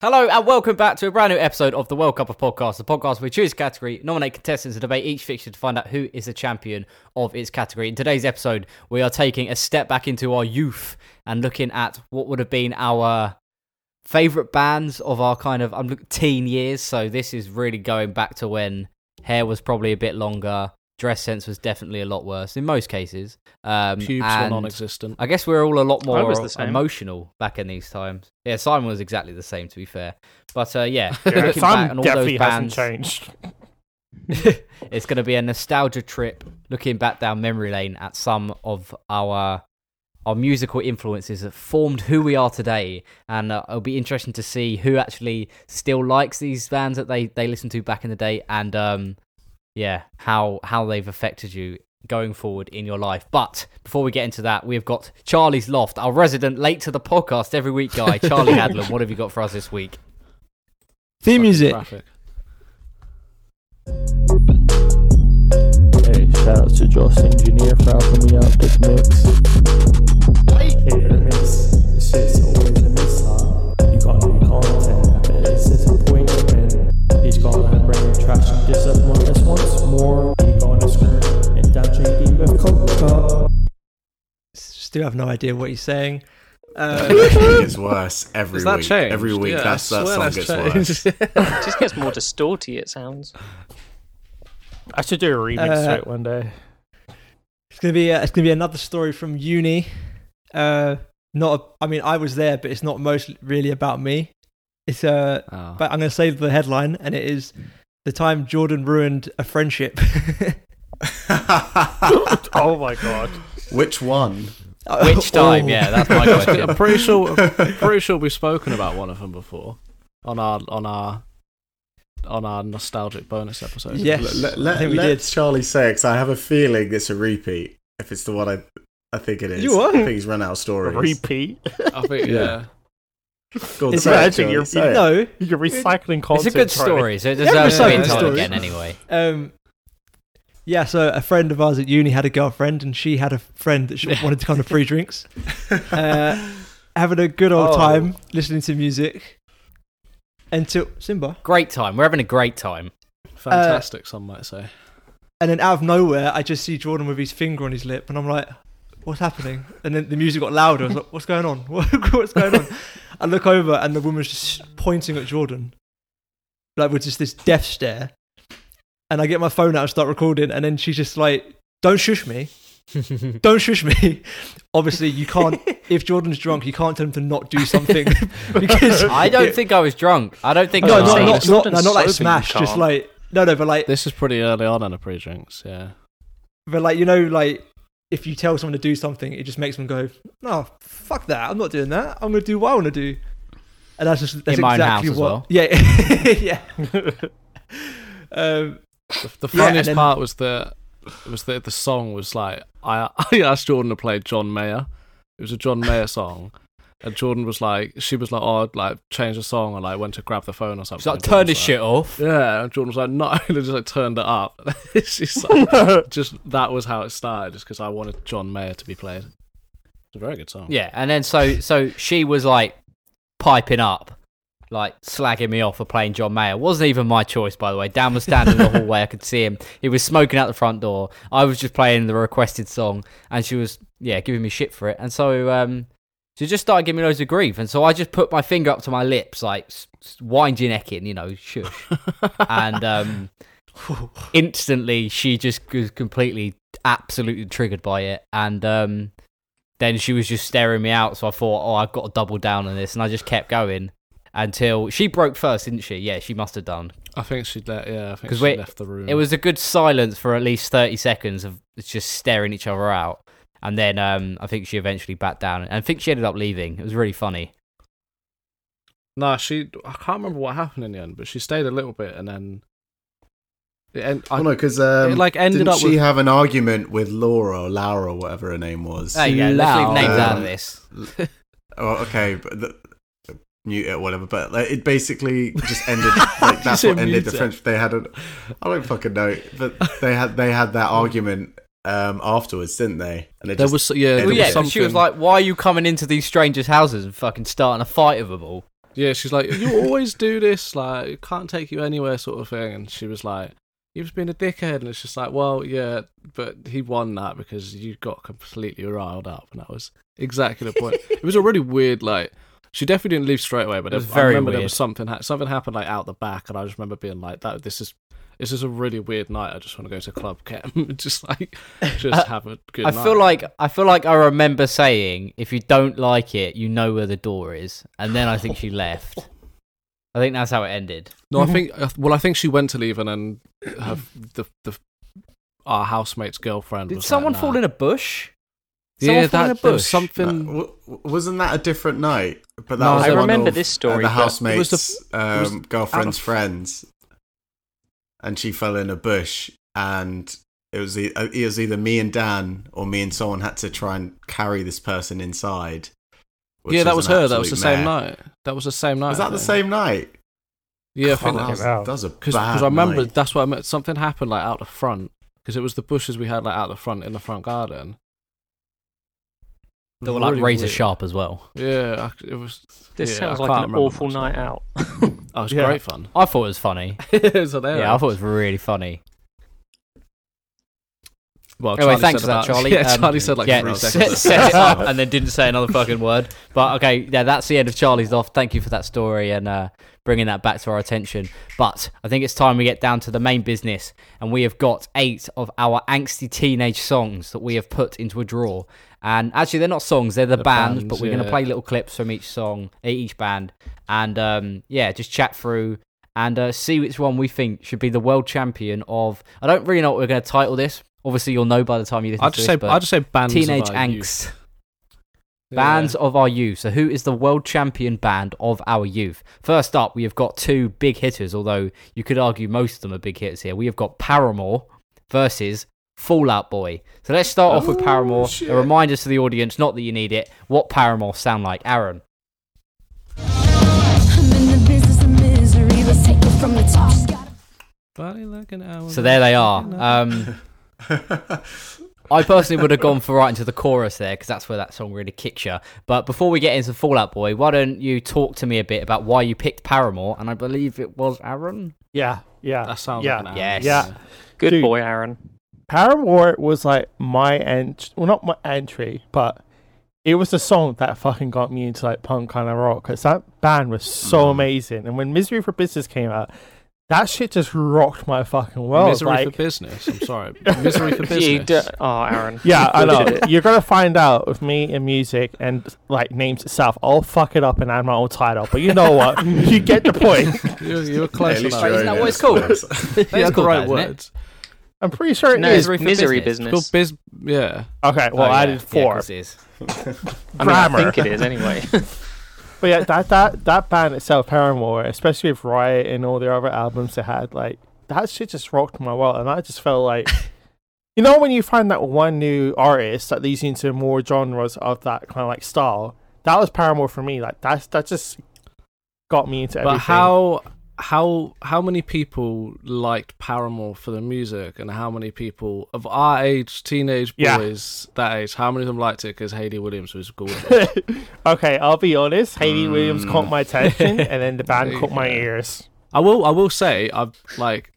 Hello and welcome back to a brand new episode of the World Cup of Podcasts, the podcast where we choose a category, nominate contestants, and debate each fixture to find out who is the champion of its category. In today's episode, we are taking a step back into our youth and looking at what would have been our favorite bands of our kind of I'm look- teen years. So this is really going back to when hair was probably a bit longer, dress sense was definitely a lot worse in most cases. Um, Pubes were and- non-existent. I guess we are all a lot I more was the same. emotional back in these times. Yeah, Simon was exactly the same, to be fair. But uh, yeah, Yeah, looking back on Sam all those definitely hasn't bands, changed. it's going to be a nostalgia trip looking back down memory lane at some of our our musical influences that formed who we are today and uh, it'll be interesting to see who actually still likes these bands that they they listened to back in the day and um yeah how how they've affected you going forward in your life but before we get into that we've got charlie's loft our resident late to the podcast every week guy charlie hadlam what have you got for us this week Theme music. Traffic. Hey, shout out to Josh Engineer for helping me out with mix. Hit and miss, this shit's always a mishap. You got new content, but it's disappointment. He's gonna bring trash and disappointment once more. He gonna screw and damn JD with Coca. Still have no idea what he's saying. Uh, That actually gets worse every Is that week. changed? Every week, Yeah, I that's, that swear song that's gets worse. changed. It just gets more distorty, it sounds. I should do a remix Uh, to it one day. It's gonna be uh it's gonna be another story from uni. Uh, not a, I mean I was there, but it's not most really about me. It's uh, Oh. but I'm gonna save the headline, and it is the time Jordan ruined a friendship. Oh my god. Which one? which time Oh. yeah that's my question I'm pretty sure, pretty sure we've spoken about one of them before on our on our on our nostalgic bonus episode. Yes, Let, I think we let did. Charlie say because I have a feeling it's a repeat. If it's the one I, I think it is. You are? I think he's run out of stories. Repeat. I think Yeah. yeah. Go on, It's say it, actually Charlie, your- say it. no, You're recycling it's content. a good right? story so it deserves to Yeah, be it's a told story. again anyway um, yeah. So a friend of ours at uni had a girlfriend, and she had a friend that she wanted to come to free drinks, uh, having a good old Oh. time listening to music until Simba. Great time. We're having a great time. Fantastic, some might say. And then out of nowhere, I just see Jordan with his finger on his lip, and I'm like, "What's happening?" And then the music got louder. I was like, "What's going on? What- What's going on?" I look over, and the woman's just pointing at Jordan, like with just this death stare. And I get my phone out and start recording, and then she's just like, "Don't shush me! Don't shush me!" Obviously, you can't. if Jordan's drunk, you can't tell him to not do something because I don't think I was drunk. I don't think No, I no, was not, saying not, this. not, no, not Jordan's like sober, smash. you Just can't. like no, no, but like This is pretty early on in a pre-drinks. Yeah. But like you know, like if you tell someone to do something, it just makes them go, "No, fuck that! I'm not doing that. I'm gonna do what I want to do." And that's just that's In my own exactly house as what. well. Yeah, yeah. um, The, the Yeah, and funniest then- part was that was that the song was like I I asked Jordan to play John Mayer. It was a John Mayer song. And Jordan was like, she was like, oh, like change the song, and like went to grab the phone or something. It's like, And Jordan turn was this like- shit off. Yeah, and Jordan was like, no, and just like turned it up. it's just like, just that was how it started, just because I wanted John Mayer to be played. It's a very good song. Yeah, and then so so she was like piping up, like slagging me off for playing John Mayer. Wasn't even my choice, by the way. Dan was standing in the hallway. I could see him. He was smoking out the front door. I was just playing the requested song, and she was yeah giving me shit for it. And so um, she just started giving me loads of grief. And so I just put my finger up to my lips, like s- s- wind your neck in, you know, shush. and um, instantly she just was completely absolutely triggered by it and um, then she was just staring me out so i thought oh i've got to double down on this and i just kept going until she broke first didn't she yeah she must have done I think she le- yeah, I think 'Cause she wait, left the room. it was a good silence for at least 30 seconds of just staring each other out and then um, i think she eventually backed down and i think she ended up leaving it was really funny no, she I can't remember what happened in the end, but she stayed a little bit and then it end, I, Oh no, because um, it, like, ended didn't up she with- have an argument with Laura or Laura or whatever her name was? there you go let's leave Loud. names out of Um, this Oh, okay, but the, mute it, whatever. But like, it basically just ended. Like that's said what ended mute the it. French. They had an. I don't fucking know, but they had they had that argument um, afterwards, didn't they? And it there just, was yeah, Well, there Well, was yeah, 'cause something, she was like, "Why are you coming into these strangers' houses and fucking starting a fight with them all?" Yeah, she's like, you always do this, like, it can't take you anywhere, sort of thing. And she was like, you've just been a dickhead. And it's just like, well, yeah, but he won that because you got completely riled up. And that was exactly the point. it was a really weird, like, she definitely didn't leave straight away, but It was I, I very remember there weird. was something, ha- something happened, like, out the back. And I just remember being like, that, this is. This is a really weird night. I just want to go to club camp, just like, just I- have a good I night. feel like I feel like I remember saying, "If you don't like it, you know where the door is." And then I think she left. I think that's how it ended. No, I think uh, well, I think she went to leave, and then her, the the our housemate's girlfriend. Did was someone like, nah. fall in a bush? someone Yeah, fall that in a there was bush? something. Uh, w- wasn't that a different night? But that No, was I one remember of, this uh, the story, but- It was housemate's the- um, was girlfriend's out of- friends, and she fell in a bush, and it was e- uh, it was either me and Dan or me and someone had to try and carry this person inside. which yeah, that an was her. That was the absolute same mare. night. That was the same night. Was I that the think. same night? Yeah, I Oh, think that, was, Wow. that was a bad. because I remember night. that's what I meant. Something happened like out the front because it was the bushes we had like out the front in the front garden. They were like Really razor weird. sharp as well. Yeah, I, it was. This yeah, sounds I like can't an remember awful much. night out. Oh, it was Yeah. great fun. I thought it was funny. so there. Yeah, I thought it was really funny. Well, anyway, Charlie thanks for said that, about- Charlie. Yeah, Um, Charlie said like yeah, three set, seconds. set it up and then didn't say another fucking word. But okay, yeah, that's the end of Charlie's off. Thank you for that story and uh, bringing that back to our attention. But I think it's time we get down to the main business, and we have got eight of our angsty teenage songs that we have put into a draw. And actually, they're not songs; they're the, The bands, bands, But we're going to yeah. play little clips from each song, e, each band, and um, yeah, just chat through and uh, see which one we think should be the world champion of. I don't really know what we're going to title this. Obviously, you'll know by the time you listen I'd to just say this. I'd but just say bands. of teenage our youth. angst, Yeah. bands of our youth. So, who is the world champion band of our youth? First up, we have got two big hitters. Although you could argue most of them are big hitters here. We have got Paramore versus Fallout Boy. So let's start off with Oh, Paramore. A reminder to the audience, not that you need it, what Paramore sound like. Aaron, I'm in the business of misery. Let's take it from the top. Body like an hour. So there they are. Um, I personally would have gone for right into the chorus there because that's where that song really kicks you. But before we get into Fallout Boy, why don't you talk to me a bit about why you picked Paramore? And I believe it was Aaron. Yeah, yeah. Uh. that sounds yeah. like an hour. Yes. Yeah. Good Dude. boy, Aaron. Paramore was like my ent well not my entry, but it was the song that fucking got me into like punk kind of rock because that band was so Mm. amazing. And when Misery for Business came out, that shit just rocked my fucking world. misery like, for business. I'm sorry, misery for You business. d- oh, Aaron. yeah, I You did know. it. You're gonna find out with me and music and like names itself. I'll fuck it up and add my own title, but you know what? you get the point. you, you were Yeah, close at least enough. you Isn't own that it, what it's I called? suppose. You had That's the called right that, isn't it? words. I'm pretty sure it is. No, it's Misery for misery business. It's business. called biz. Yeah, Okay, well Oh, I yeah. did Yeah, four. 'cause it is. I mean, I Grammar. think it is anyway. But yeah, that that that band itself, Paramore, especially with Riot and all their other albums they had, like that shit just rocked my world, and I just felt like, you know, when you find that one new artist that leads you into more genres of that kind of like style, that was Paramore for me. Like that's that just got me into everything. but how how how many people liked Paramore for the music, and how many people of our age, teenage Yeah. boys that age, how many of them liked it because Hayley Williams was gorgeous? okay, I'll be honest. Hayley Williams caught my attention, and then the band There you caught my go. ears. I will I will say I've like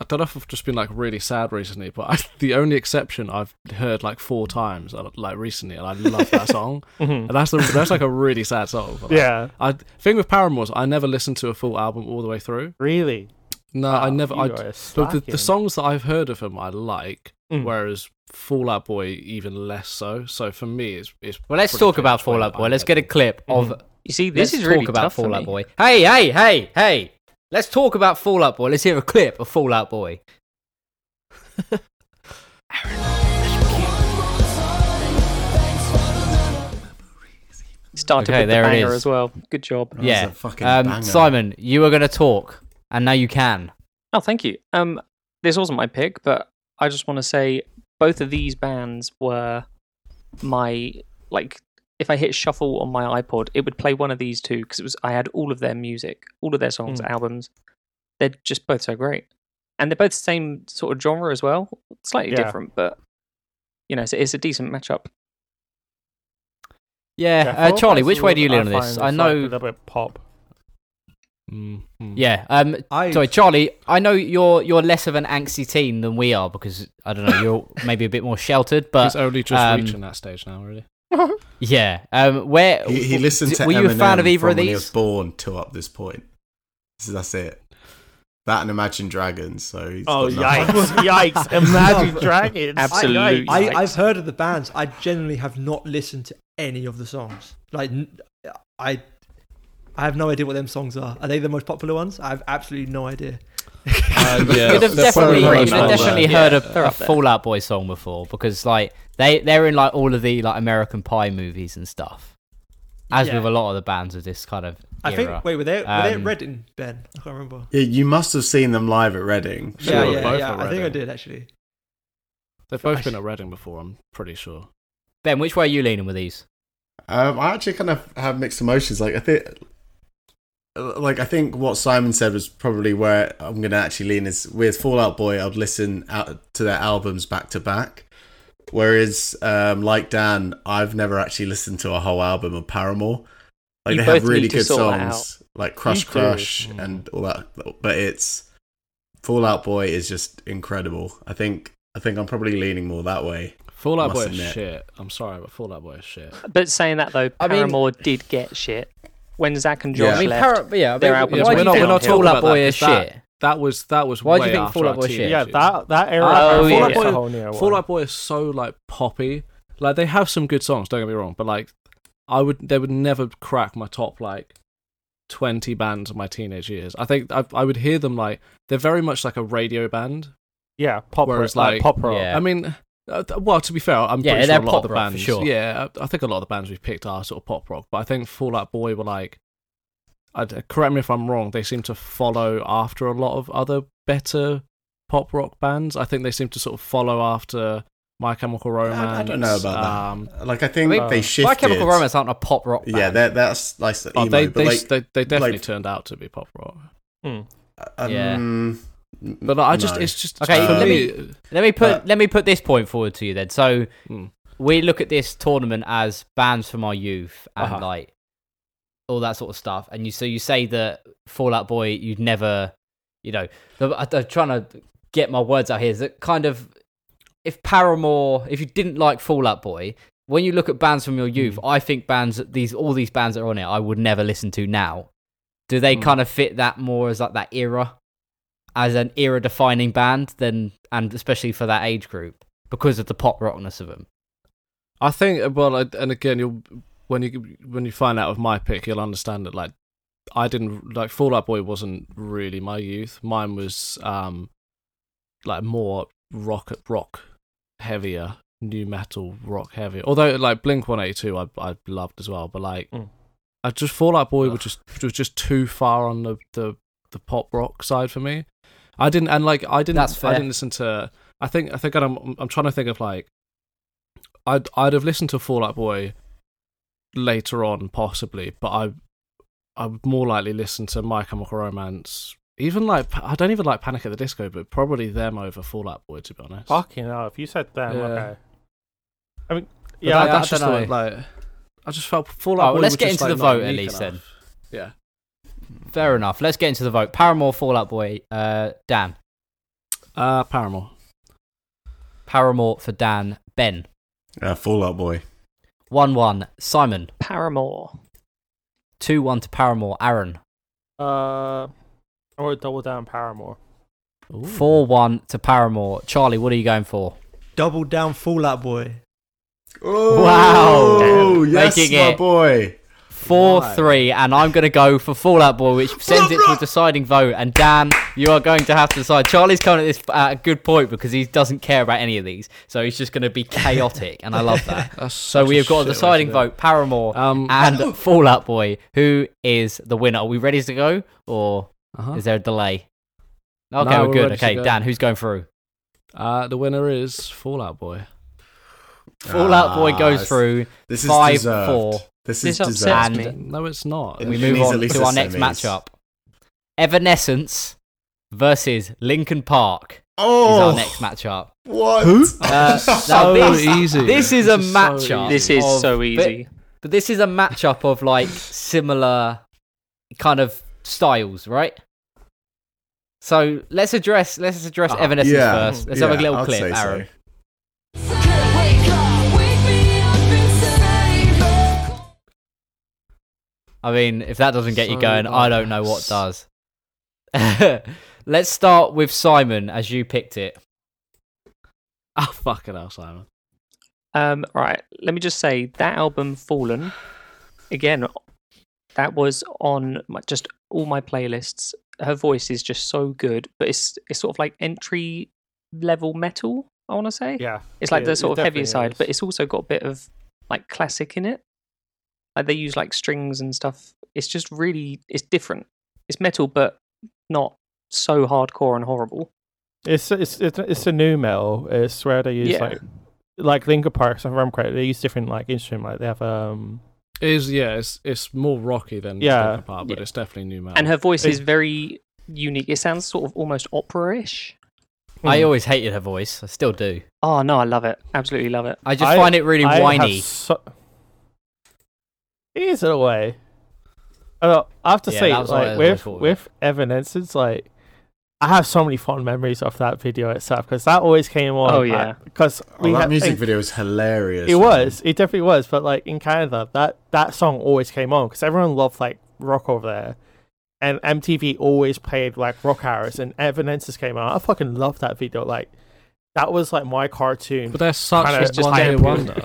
I don't know if I've just been like really sad recently, but I, the only exception I've heard like four times uh, like recently, and I love that song. and that's the, that's like a really sad song. But, like, Yeah, I thing with Paramore's I never listened to a full album all the way through. really. No, Uh, I never. You I are but the, slacking. the songs that I've heard of him I like, Mm. whereas Fallout Boy even less so. So for me, it's it's. Well, let's pretty talk clear about which way Fallout that Boy. I'm Let's get a heading. clip of. You see, Mm-hmm. this let's is really talk about tough for Fallout me. Boy. Hey, hey, hey, hey! Let's talk about Fallout Boy. Let's hear a clip of Fallout Boy. Started Okay, with there it the banger is. as well. Good job. That was yeah, a fucking Um, banger. Um, Simon, you were going to talk, and now you can. Oh, thank you. Um, this wasn't my pick, but I just want to say both of these bands were my like. If I hit shuffle on my iPod, it would play one of these two because it was I had all of their music, all of their songs, albums. They're just both so great, and they're both the same sort of genre as well, slightly Yeah. different, but you know, it's, it's a decent matchup. Yeah, Yeah, uh, Fall Charlie, uh, Guys which is way what do you lean on find this? is, I like, a know little bit pop. Mm, mm. Yeah. Um, I sorry, Charlie. I know you're you're less of an angsty teen than we are because I don't know you're maybe a bit more sheltered. He's But only just um, reaching that stage now, really. yeah. Um, where He, he listened d- to Were you a Eminem fan of either from of when he these? was born till up this point. So that's it. That and Imagine Dragons. So he's Oh got nothing. yikes! yikes! Imagine Dragons. Absolute Yikes. I, Yikes. I've heard of the bands. I generally have not listened to any of the songs. Like, n- I, I have no idea what them songs are. Are they the most popular ones? I have absolutely no idea. Uh, yeah, You'd have they're definitely, probably you'd have around definitely there. heard Yeah, a, they're a up there. Fallout Boy song before because like they they're in like all of the like American Pie movies and stuff. As Yeah. with a lot of the bands of this kind of era. I think. Wait, were they? Were they Um, at Reading, Ben? I can't remember. Yeah, you must have seen them live at Reading. Sure, yeah, we're yeah, both yeah. at I think I Reading. did actually. They've both been at Reading before, I'm pretty sure. ben, which way are you leaning with these? Um, I actually kind of have mixed emotions. Like I think, like I think what Simon said was probably where I'm going to actually lean is with Fallout Boy. I'd listen out to their albums back to back. Whereas, um, like Dan, I've never actually listened to a whole album of Paramore. Like You they have both really need to good sort that songs, like Crush do. Crush Hmm. Mm. and all that. But it's Fallout Boy is just incredible. I think I think I'm probably leaning more that way. Fallout Must Boy is admit. shit. I'm sorry, but Fallout Boy is shit. But saying that though, I mean- Paramore did get shit when Zach and Yeah. Josh I I mean, left. Parrot, yeah, I Their mean, albums why were do you not- think we're not Fall talking Out about Boy that, is 'cause that- shit? That was that was. Why do you way think after Fall Out our Boy is shit? yeah, teenage years. that that era. Oh, Fallout yeah. Boy- Yeah. Fallout Boy. Fallout Boy is so like poppy. Like they have some good songs. Don't get me wrong, but like I would, they would never crack my top like twenty bands of my teenage years. I think I, I would hear them like they're very much like a radio band. Yeah, pop rock. Whereas, Like, like- pop rock. Yeah. I mean, uh, th- well, to be fair, I'm Yeah, pretty sure they're a lot of the pop rock for bands. sure. Yeah, I, I think a lot of the bands we've picked are sort of pop rock, but I think Fallout Boy were like, i correct me if I'm wrong. They seem to follow after a lot of other better pop rock bands. I think they seem to sort of follow after My Chemical Romance. I, I don't know about um, that. Like I think I mean, they shifted. My Chemical Romance aren't a pop rock band. Yeah, that that's like the oh, emo, they, but they, like, they they definitely like- turned out to be pop rock. Yeah. um, But like, I just no. it's just Okay, for let me. Let me put Uh, let me put this point forward to you then. So Hmm. we look at this tournament as bands from our youth and Uh-huh. like all that sort of stuff. And you so you say that Fallout Boy, you'd never, you know, the- I- I'm trying to get my words out here. Is that kind of if Paramore, if you didn't like Fallout Boy, when you look at bands from your youth, I think bands these all these bands that are on it, I would never listen to now. Do they Hmm. kind of fit that more as like that era, as an era defining band than, and especially for that age group because of the pop rockness of them? I think well, I- and again, you'll when you when you find out of my pick, you'll understand that like I didn't like Fallout Boy wasn't really my youth. Mine was um like more rock rock heavier, new metal rock heavier. Although like Blink One Eighty Two, I I loved as well, but like Mm. I just Fallout Boy was just was just too far on the the the pop rock side for me. I didn't and like I didn't That's fair. I didn't listen to I think I think I'm I'm trying to think of like I'd I'd have listened to Fallout Boy later on possibly, but I I would more likely listen to My Chemical Romance. Even like I don't even like Panic at the Disco, but probably them over Fallout Boy to be honest. Fucking hell! If you said them, Yeah. okay. I mean, But yeah, that- I- I that's just dunno. the- like I just felt Fallout Oh, well, Boy. let's was get just, into like, the not vote at unique least enough. then. Yeah. Fair enough. Let's get into the vote. Paramore, Fallout Boy, uh, Dan. Uh, Paramore. Paramore for Dan. Ben. uh, Fallout Boy. One one. Simon. Paramore. Two one to Paramore. Aaron. uh, or double down Paramore. Four one to Paramore. Charlie, what are you going for? Double down Fallout Boy. Wow. Oh, yes, Making my it. boy. Four Right. three, and I'm gonna go for Fallout Boy, which sends it to a deciding vote. And Dan, you are going to have to decide. Charlie's coming at this at a good point because he doesn't care about any of these, so he's just gonna be chaotic, and I love that. That's So such we have got a shit way to deciding do it. vote: Paramore Um, and Fallout Boy. Who is the winner? Are we ready to go, or uh-huh. is there a delay? Okay, No, we're we're good. ready to Okay, go. Dan, who's going through? uh, the winner is Fallout Boy. Fallout Boy Ah, goes this- through. This is Five, deserved. four. This This is upsets deserved. me. And no, it's not. And we it move needs at on least to a our next semis. matchup. Evanescence versus Lincoln Park is Oh, our next matchup. what? Uh, now so this, easy. this is a This is so matchup. easy. This is of- so but- easy. But, this is a matchup of like similar kind of styles, right? So let's address let's address Evanescence Ah, yeah. first. Let's have a Yeah, little I'd clip, say so. Aaron. I mean, if that doesn't get you So going, I don't know what does. let's start with Simon as you picked it. Ah, fucking hell, Simon. Um, right, let me just say that album, Fallen, again, that was on my, just all my playlists. Her voice is just so good, but it's it's sort of like entry level metal. I want to say Yeah. it's like yeah, the it sort of heavier definitely side, is. but it's also got a bit of like classic in it. Like they use like strings and stuff. It's just really it's different. It's metal, but not so hardcore and horrible. It's it's it's, it's a new metal. It's where they use Yeah. like like Linkin Park. If I remember correctly, they use different like instrument. Like they have um It is yeah, it's it's more rocky than Yeah. yeah, apart, but Yeah. it's definitely new metal. And her voice It- is very unique. It sounds sort of almost opera-ish. I Hmm. always hated her voice. I still do. Oh no, I love it. Absolutely love it. I just I- find it really I have whiny. So- it is in a way. I, don't, I have to Yeah, say, that was what I- like what I with thought of it. with Evanescence, like I have so many fond memories of that video itself because that always came on. Oh, yeah. because Oh, that music video is hilarious. It man. was. It definitely was. But like in Canada, that that song always came on because everyone loved like rock over there, and MTV always played like rock hours, and Evanescence came out. I fucking loved that video. Like that was like my cartoon. but they're such Kinda- a it's just one hit damn wonder.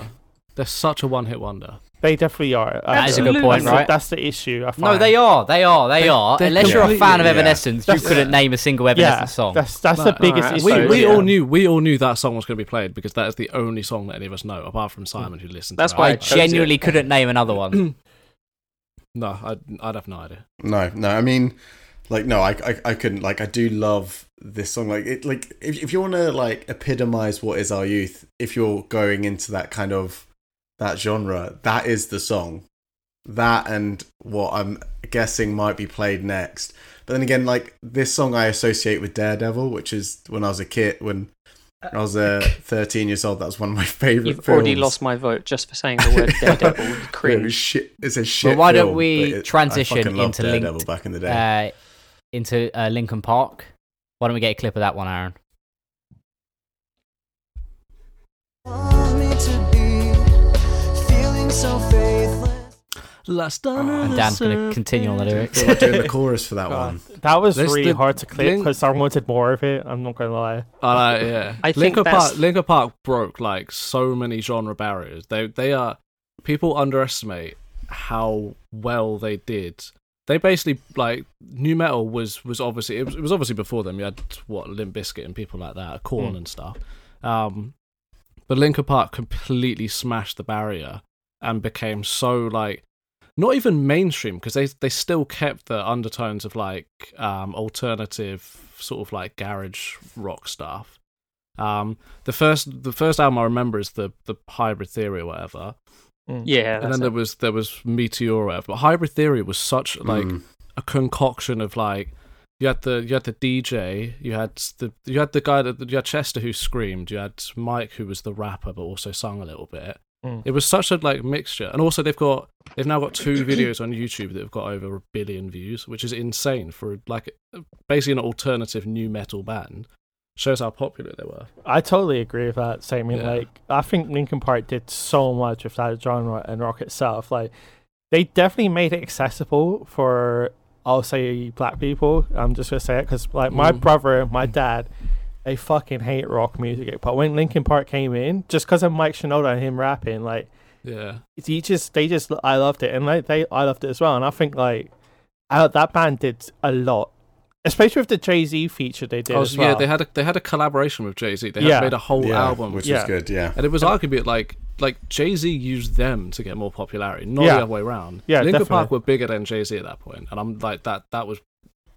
They're such a one hit wonder. they definitely are. uh, That is a good Absolutely. point, that's, the- right? that's the issue. I No, find. they are. They are. They, They- are. they're Unless you're a fan of completely- yeah. Evanescence, you That's- couldn't name a single Evanescence Yeah, song. that's that's No, the biggest alright, issue. We, So, we yeah. all knew we all knew that song was going to be played because that is the only song that any of us know, apart from Simon who listened. That's to why I that. chose it. genuinely couldn't name another one. no, I'd, I'd have no idea. No, no. I mean, like, no, I, I, I couldn't. Like, I do love this song. Like, it, like, if, if you want to like epitomize what is our youth, if you're going into that kind of that genre, that is the song. That and what I'm guessing might be played next. But then again, like this song I associate with Daredevil, which is when I was a kid, when I was uh, 13 years old. That was one of my favorite. You've already films. lost my vote just for saying the word daredevil. You It was Cringe. shit- It's a shit. But why don't film, we but it- I transition fucking loved into Daredevil Linked, back in the day? Uh, into uh, Lincoln Park. Why don't we get a clip of that one, Aaron? Last under Oh, And Dan's going to continue on the lyrics. We're doing the chorus for that God, one. that was Let's really do- hard to clip Link- because I wanted more of it. I'm not gonna lie. Uh, yeah. I think Linkin that's- Park. Linkin Park broke like so many genre barriers. They they are people underestimate how well they did. They basically like new metal was was obviously it was, it was obviously before them. You had what Limp Bizkit and people like that, Hmm. Corn and stuff. Um, but Linkin Park completely smashed the barrier and became so like not even mainstream because they they still kept the undertones of like um, alternative sort of like garage rock stuff. Um, the first the first album I remember is the the Hybrid Theory or whatever, Yeah, and that's then it. there was there was Meteor or whatever. But Hybrid Theory was such like Mm. a concoction of like you had the you had the DJ, you had the you had the guy that you had Chester who screamed, you had Mike who was the rapper but also sung a little bit. Mm. It was such a like mixture, and also they've got they've now got two videos on YouTube that have got over a billion views, which is insane for like basically an alternative new metal band. Shows how popular they were. I totally agree with that statement. Yeah. Like, I think Linkin Park did so much with that genre and rock itself. Like, they definitely made it accessible for, I'll say, black people. I'm just gonna say it because, like, my Mhm. brother, my dad, they fucking hate rock music. But when Linkin Park came in, just because of Mike Shinoda and him rapping, like, Yeah, he just they just I loved it, and like they I loved it as well. And I think like I, that band did a lot, especially with the Jay Z feature they did I was- as well. Oh, yeah. They had a they had a collaboration with Jay Z. They had Yeah. made a whole Yeah, album, which yeah. was good. Yeah, and it was arguably like like Jay Z used them to get more popularity, not Yeah. the other way around. Yeah, Linkin definitely. Park were bigger than Jay Z at that point, and I'm like that that was.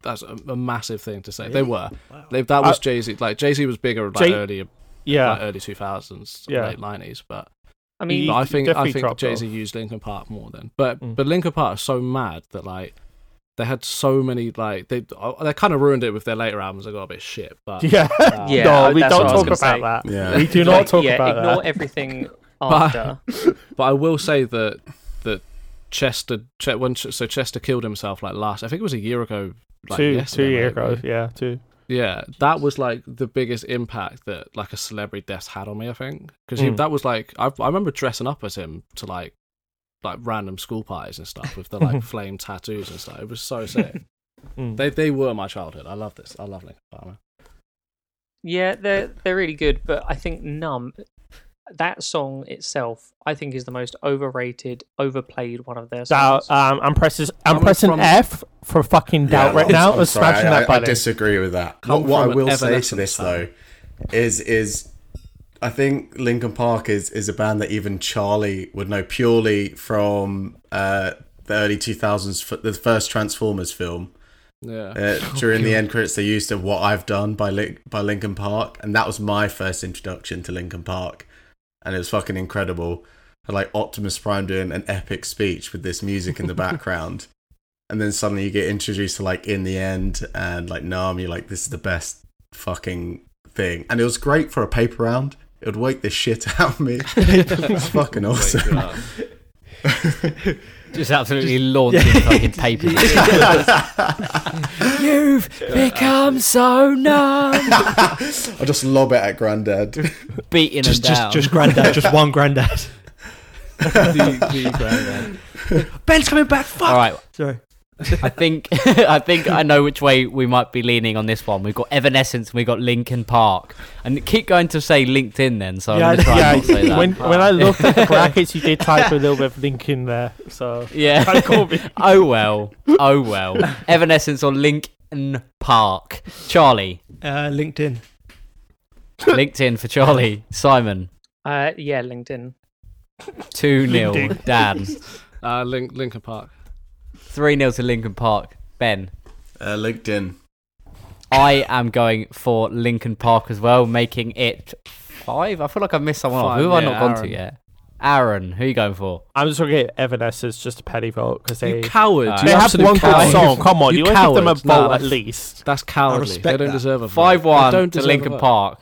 That's a, a massive thing to say. They were. They, that was I- Jay Z. Like Jay Z was bigger like Uh, Jay- earlier, like yeah, early two thousands, Yeah. late nineties. But I He- mean, but I think I definitely think dropped Jay Z off. used Linkin Park more then. But Mm. but Linkin Park are so mad that like they had so many like they uh, they kind of ruined it with their later albums. They got a bit shit. But uh, yeah, Yeah, no, we that's don't what I talk was about gonna that. yeah. We do not like, talk yeah, about ignore that. everything But- after. But I will say that that Chester, Ch- when Ch- so Chester killed himself like last, I think it was a year ago. Like two two yesterday, year maybe. ago. Yeah, two. Yeah, that was like the biggest impact that like a celebrity death's had on me. I think because Mm. that was like I, I remember dressing up as him to like like random school parties and stuff with the like flame tattoos and stuff. It was so sick. Mm. they they were my childhood. I love this. I love Linkin Park. man. Yeah, they're they're really good, but I think Numb that song itself, I think, is the most overrated, overplayed one of their songs. Doubt. Um, I'm pressing. I'm Coming pressing from- F for fucking doubt Yeah, right I'm- now. I'm and sorry, smashing I, that I, I button. disagree with that. Come What, what I from will say to Evanescence, this man. though is is I think Lincoln Park is is a band that even Charlie would know purely from uh, the early two thousands, the first Transformers film. Yeah. Uh, during the end credits, they used a "What I've Done" by Lin- by Lincoln Park, and that was my first introduction to Lincoln Park, and it was fucking incredible. Had, like Optimus Prime doing an epic speech with this music in the background, and then suddenly you get introduced to like "In the End" and like "Nam." You're like, "This is the best fucking thing," and it was great for a paper round. It would wake the shit out of me. It's fucking awesome. Just absolutely launching fucking paper. You've become so numb. I just lob it at Grandad. Beating Just, them down. just, just granddad, just one granddad. Ben's coming back. Fuck. All right, Sorry. I think I think I know which way we might be leaning on this one. We've got Evanescence, and we've got Linkin Park, and keep going to say LinkedIn then. So I'm gonna try yeah, and not say that. when when I looked at the brackets, you did type a little bit of link in there. So yeah. Can't call me. oh well. Oh well. Evanescence or Linkin Park. Charlie. Uh, LinkedIn. LinkedIn for Charlie. Simon. Uh, yeah, LinkedIn. Two 0 LinkedIn. Dan. Uh, Link, Linkin Park. Three 0 to Linkin Park. Ben. Uh, LinkedIn. I am going for Lincoln Park as well, making it five. I feel like I missed someone off. Five, Who have I yeah, not gone to Aaron. yet? Aaron, who are you going for? I'm just gonna get Evanescence just a petty vote because You they coward. Uh, you they have absolute one good coward. song. Come on, You you, want to give them a cowards. Nah, vote at that's- least. That's cowardly. respect They don't that. deserve a vote. Five They one don't to deserve a Lincoln vote. Park.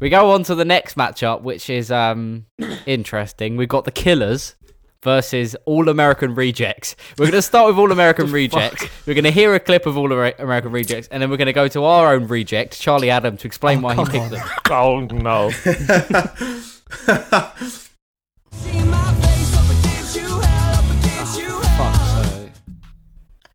We go on to the next matchup, which is um interesting. We've got the Killers versus All American Rejects. We're going to start with All American Rejects. We're going to hear a clip of All Amer- American Rejects, and then we're going to go to our own reject, Charlie Adam, to explain why he picked them. Oh no! Fuck's sake.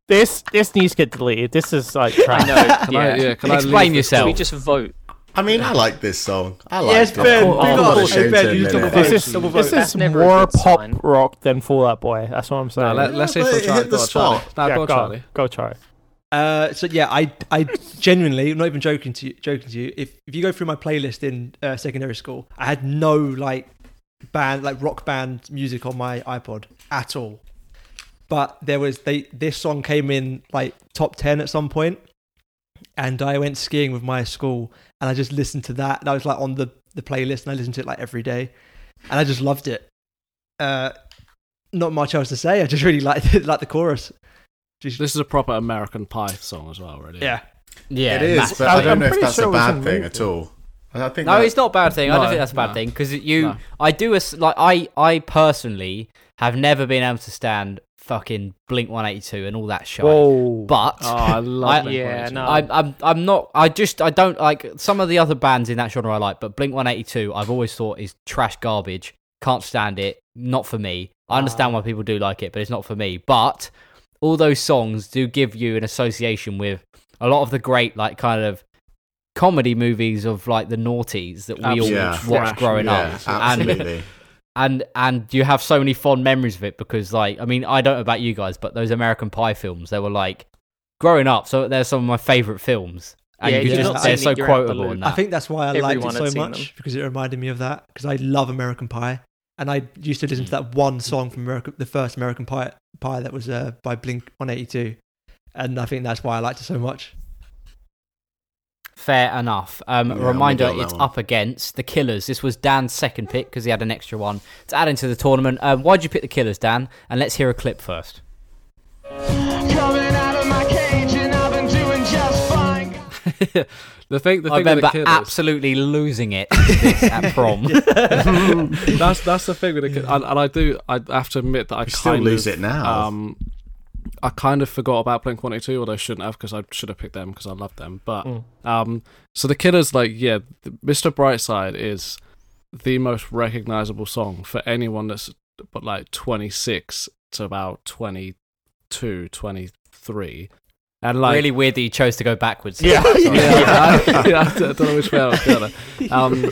This this needs to get deleted. This is like trash. No, Can I, yeah, can I leave Explain this- Can we yourself. just vote? I mean, I like this song. I like Yes, it. Ben. I'm Big up. not Hey, ashamed to Ben, you admit double it. vote. This is double vote. this is never a more good pop sign. rock than Fall Out Boy. That's what I'm saying. Nah, let, let's Yeah, hear from but it Charlie. hit the Go on, Charlie. spot. Nah, yeah, go go, on, Charlie. go Charlie. Uh, so yeah, I I genuinely, not even joking to you, joking to you. If if you go through my playlist in uh, secondary school, I had no like band like rock band music on my iPod at all. But there was they this song came in like top ten at some point, and I went skiing with my school, and I just listened to that, and I was like on the the playlist, and I listened to it like every day, and I just loved it. Uh, not much else to say. I just really liked it, like the chorus. Just, This is a proper American Pie song as well, really. yeah. Yeah, It is, massive. but I I'm don't know if pretty that's sure a it was bad in thing Luke. at all. And I think No, that- it's not a bad thing. I don't No, think that's a bad no. thing because you, No. I do a s- like I, I personally have never been able to stand fucking Blink One Eighty Two and all that shit. Whoa! But Oh, I I- love Blink-182. Yeah, no. I'm, I'm, I'm not. I just, I don't like some of the other bands in that genre. I like, but Blink One Eighty Two, I've always thought is trash garbage. Can't stand it. Not for me. I understand why people do like it, but it's not for me. But all those songs do give you an association with a lot of the great, like, kind of comedy movies of like the noughties that we all Absolute watched trash, growing yeah, up. And absolutely. and and you have so many fond memories of it because like i mean i don't know about you guys but those american pie films they were like growing up so they're some of my favorite films and Yeah, you you're could not just they're saying so it, you're out the quotable in loop. that I think that's why I Everyone liked had it so seen much them. because it reminded me of that because I love American Pie and I used to listen to that one song from America, the first American Pie, Pie that was uh, by Blink 182 and I think that's why I liked it so much. fair enough um Yeah, reminder I'm with you on it's that one. up against the killers this was dan's second pick because he had an extra one to add into the tournament um why'd you pick the killers dan and let's hear a clip first Coming out of my cage and I've been doing just fine. I The thing, the thing with remember the kid is, absolutely losing it to this at prom. that's that's the thing with the kid, and, and I do. I have to admit that I You still kind lose of, it now. Um, I kind of forgot about Blink One Eight Two, although I shouldn't have because I should have picked them because I love them. But Mm. um, so the Killers, like, yeah, th- Mr. Brightside is the most recognizable song for anyone that's but like twenty six to about 22, 23. and like really weird that you chose to go backwards. Yeah. yeah, I, yeah, I don't know which way I was going. Um,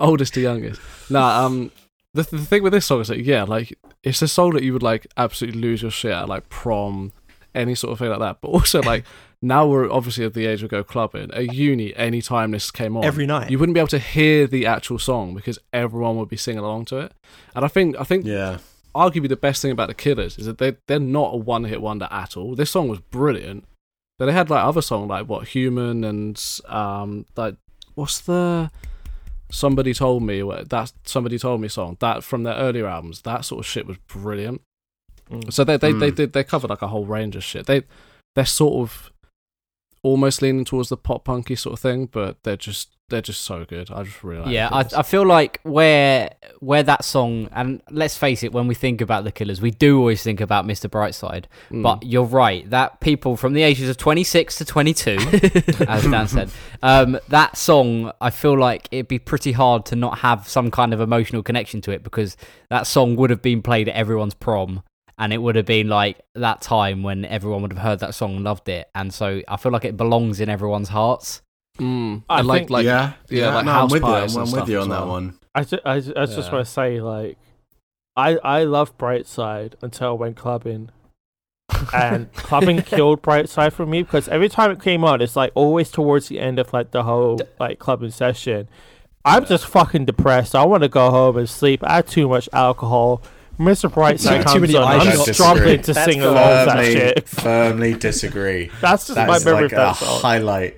oldest to youngest. Nah, um, the, the thing with this song is that yeah, like it's a song that you would like absolutely lose your shit at, like prom, any sort of thing like that. But also like now we're obviously at the age we go clubbing at uni. Any time this came on, Every night. you wouldn't be able to hear the actual song because everyone would be singing along to it. And I think I think yeah. arguably the best thing about the Killers is that they they're not a one hit wonder at all. This song was brilliant, but they had like other songs like what Human and um like what's the Somebody Told Me what- that Somebody Told Me song that from their earlier albums that sort of shit was brilliant. Mm. So they they, they Mm. did they covered like a whole range of shit. They they're sort of almost leaning towards the pop punky sort of thing, but they're just they're just so good. I just really like yeah the I, Killers. I feel like where where that song and let's face it when we think about the killers we do always think about mr brightside Mm. but you're right that people from the ages of 26 to 22 as dan said um, that song i feel like it'd be pretty hard to not have some kind of emotional connection to it because that song would have been played at everyone's prom and it would have been like that time when everyone would have heard that song and loved it and so i feel like it belongs in everyone's hearts Mm. I And, like think- like yeah. yeah, like no, house I'm with you. parties and I'm, I'm stuff with you as on that well. one. I, ju- I, ju- I was just Yeah. want to say like, I I love Brightside until I went clubbing, and clubbing killed Brightside for me because every time it came on, it's like always towards the end of like the whole like clubbing session. I'm just fucking depressed. I want to go home and sleep. I had too much alcohol. Mr. Brightside Too comes many on. eye I'm shots. struggling to That's sing the- along to that shit. firmly disagree. That's just That my is memory like of that a song. highlight.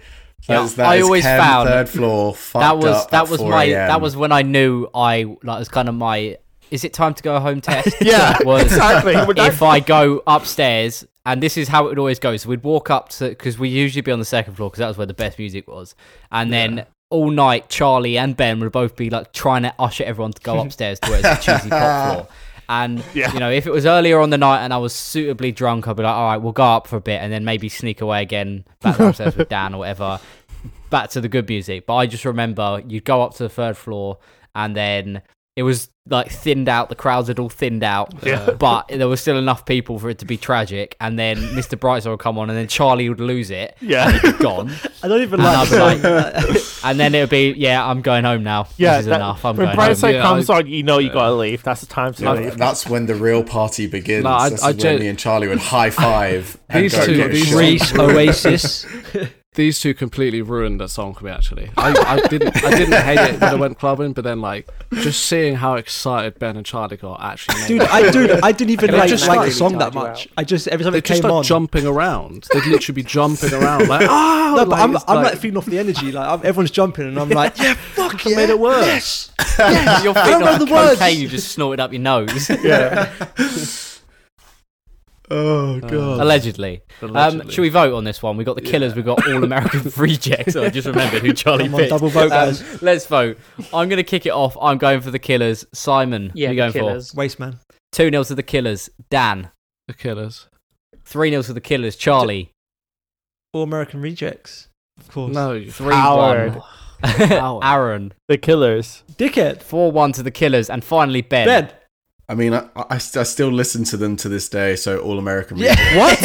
Yeah, That is that I is always Ken, found- third floor. Fucked that was up that at was 4 my a.m.. that was when I knew I like it was kind of my is it time to go home test Yeah, That was exactly. When I- if I go upstairs and this is how it would always go so we'd walk up to because we usually be on the second floor because that was where the best music was and then all night Charlie and Ben would both be like trying to usher everyone to go upstairs to where it's the cheesy pop floor and Yeah. you know if it was earlier on the night and I was suitably drunk I'd be like all right we'll go up for a bit and then maybe sneak away again back downstairs with Dan or whatever back to the good music. But I just remember you'd go up to the third floor and then it was like thinned out. The crowds had all thinned out, Yeah. but there were still enough people for it to be tragic. And then Mr. Brightside would come on, and then Charlie would lose it. Yeah. and he'd be gone. I don't even And like. I'd be like, and then it would be, yeah, I'm going home now. Yeah, this is that- enough. I'm when going home. Brightside Yeah, comes I- on, you know you gotta leave. That's the time to No, leave. that's when the real party begins. No, I- this I is when gen- me and Charlie would high five. and These go two- get a these- Reese, shot. Oasis. these two completely ruined that song for me. Actually, I, I didn't I didn't hate it when I went clubbing, but then like just seeing how excited Ben and Charlie got actually, made Dude, me- I dude, I didn't even They like, just like really the song that tied you much. I just every time they it came just like on. jumping around. They'd literally be jumping around like oh, no, but like, I'm, it's I'm like, like- feeding off the energy. Like I'm, everyone's jumping, and I'm like, yeah, fuck yeah, made it worse. Yes, You're I feeling remember like the words. cocaine you just snorted up your nose, yeah. Oh god. allegedly. Um, allegedly. should we vote on this one? We got the killers. We got all American rejects. I just remembered who Charlie Come on, picked. double vote, Um, guys. let's vote. I'm going to kick it off. I'm going for the killers. Simon, Yeah, who you going killers. Waste man. for? 2 0 to the killers. Dan, the Killers? 3 0 to the killers. Charlie, All American rejects. Of course. No, you 3 Howard. 1. Aaron, The killers. Dickhead. 4 1 to the killers. And finally, Ben. Ben. I mean, I, I, I st- I still listen to them to this day. So all American. Yeah. Rejects. What?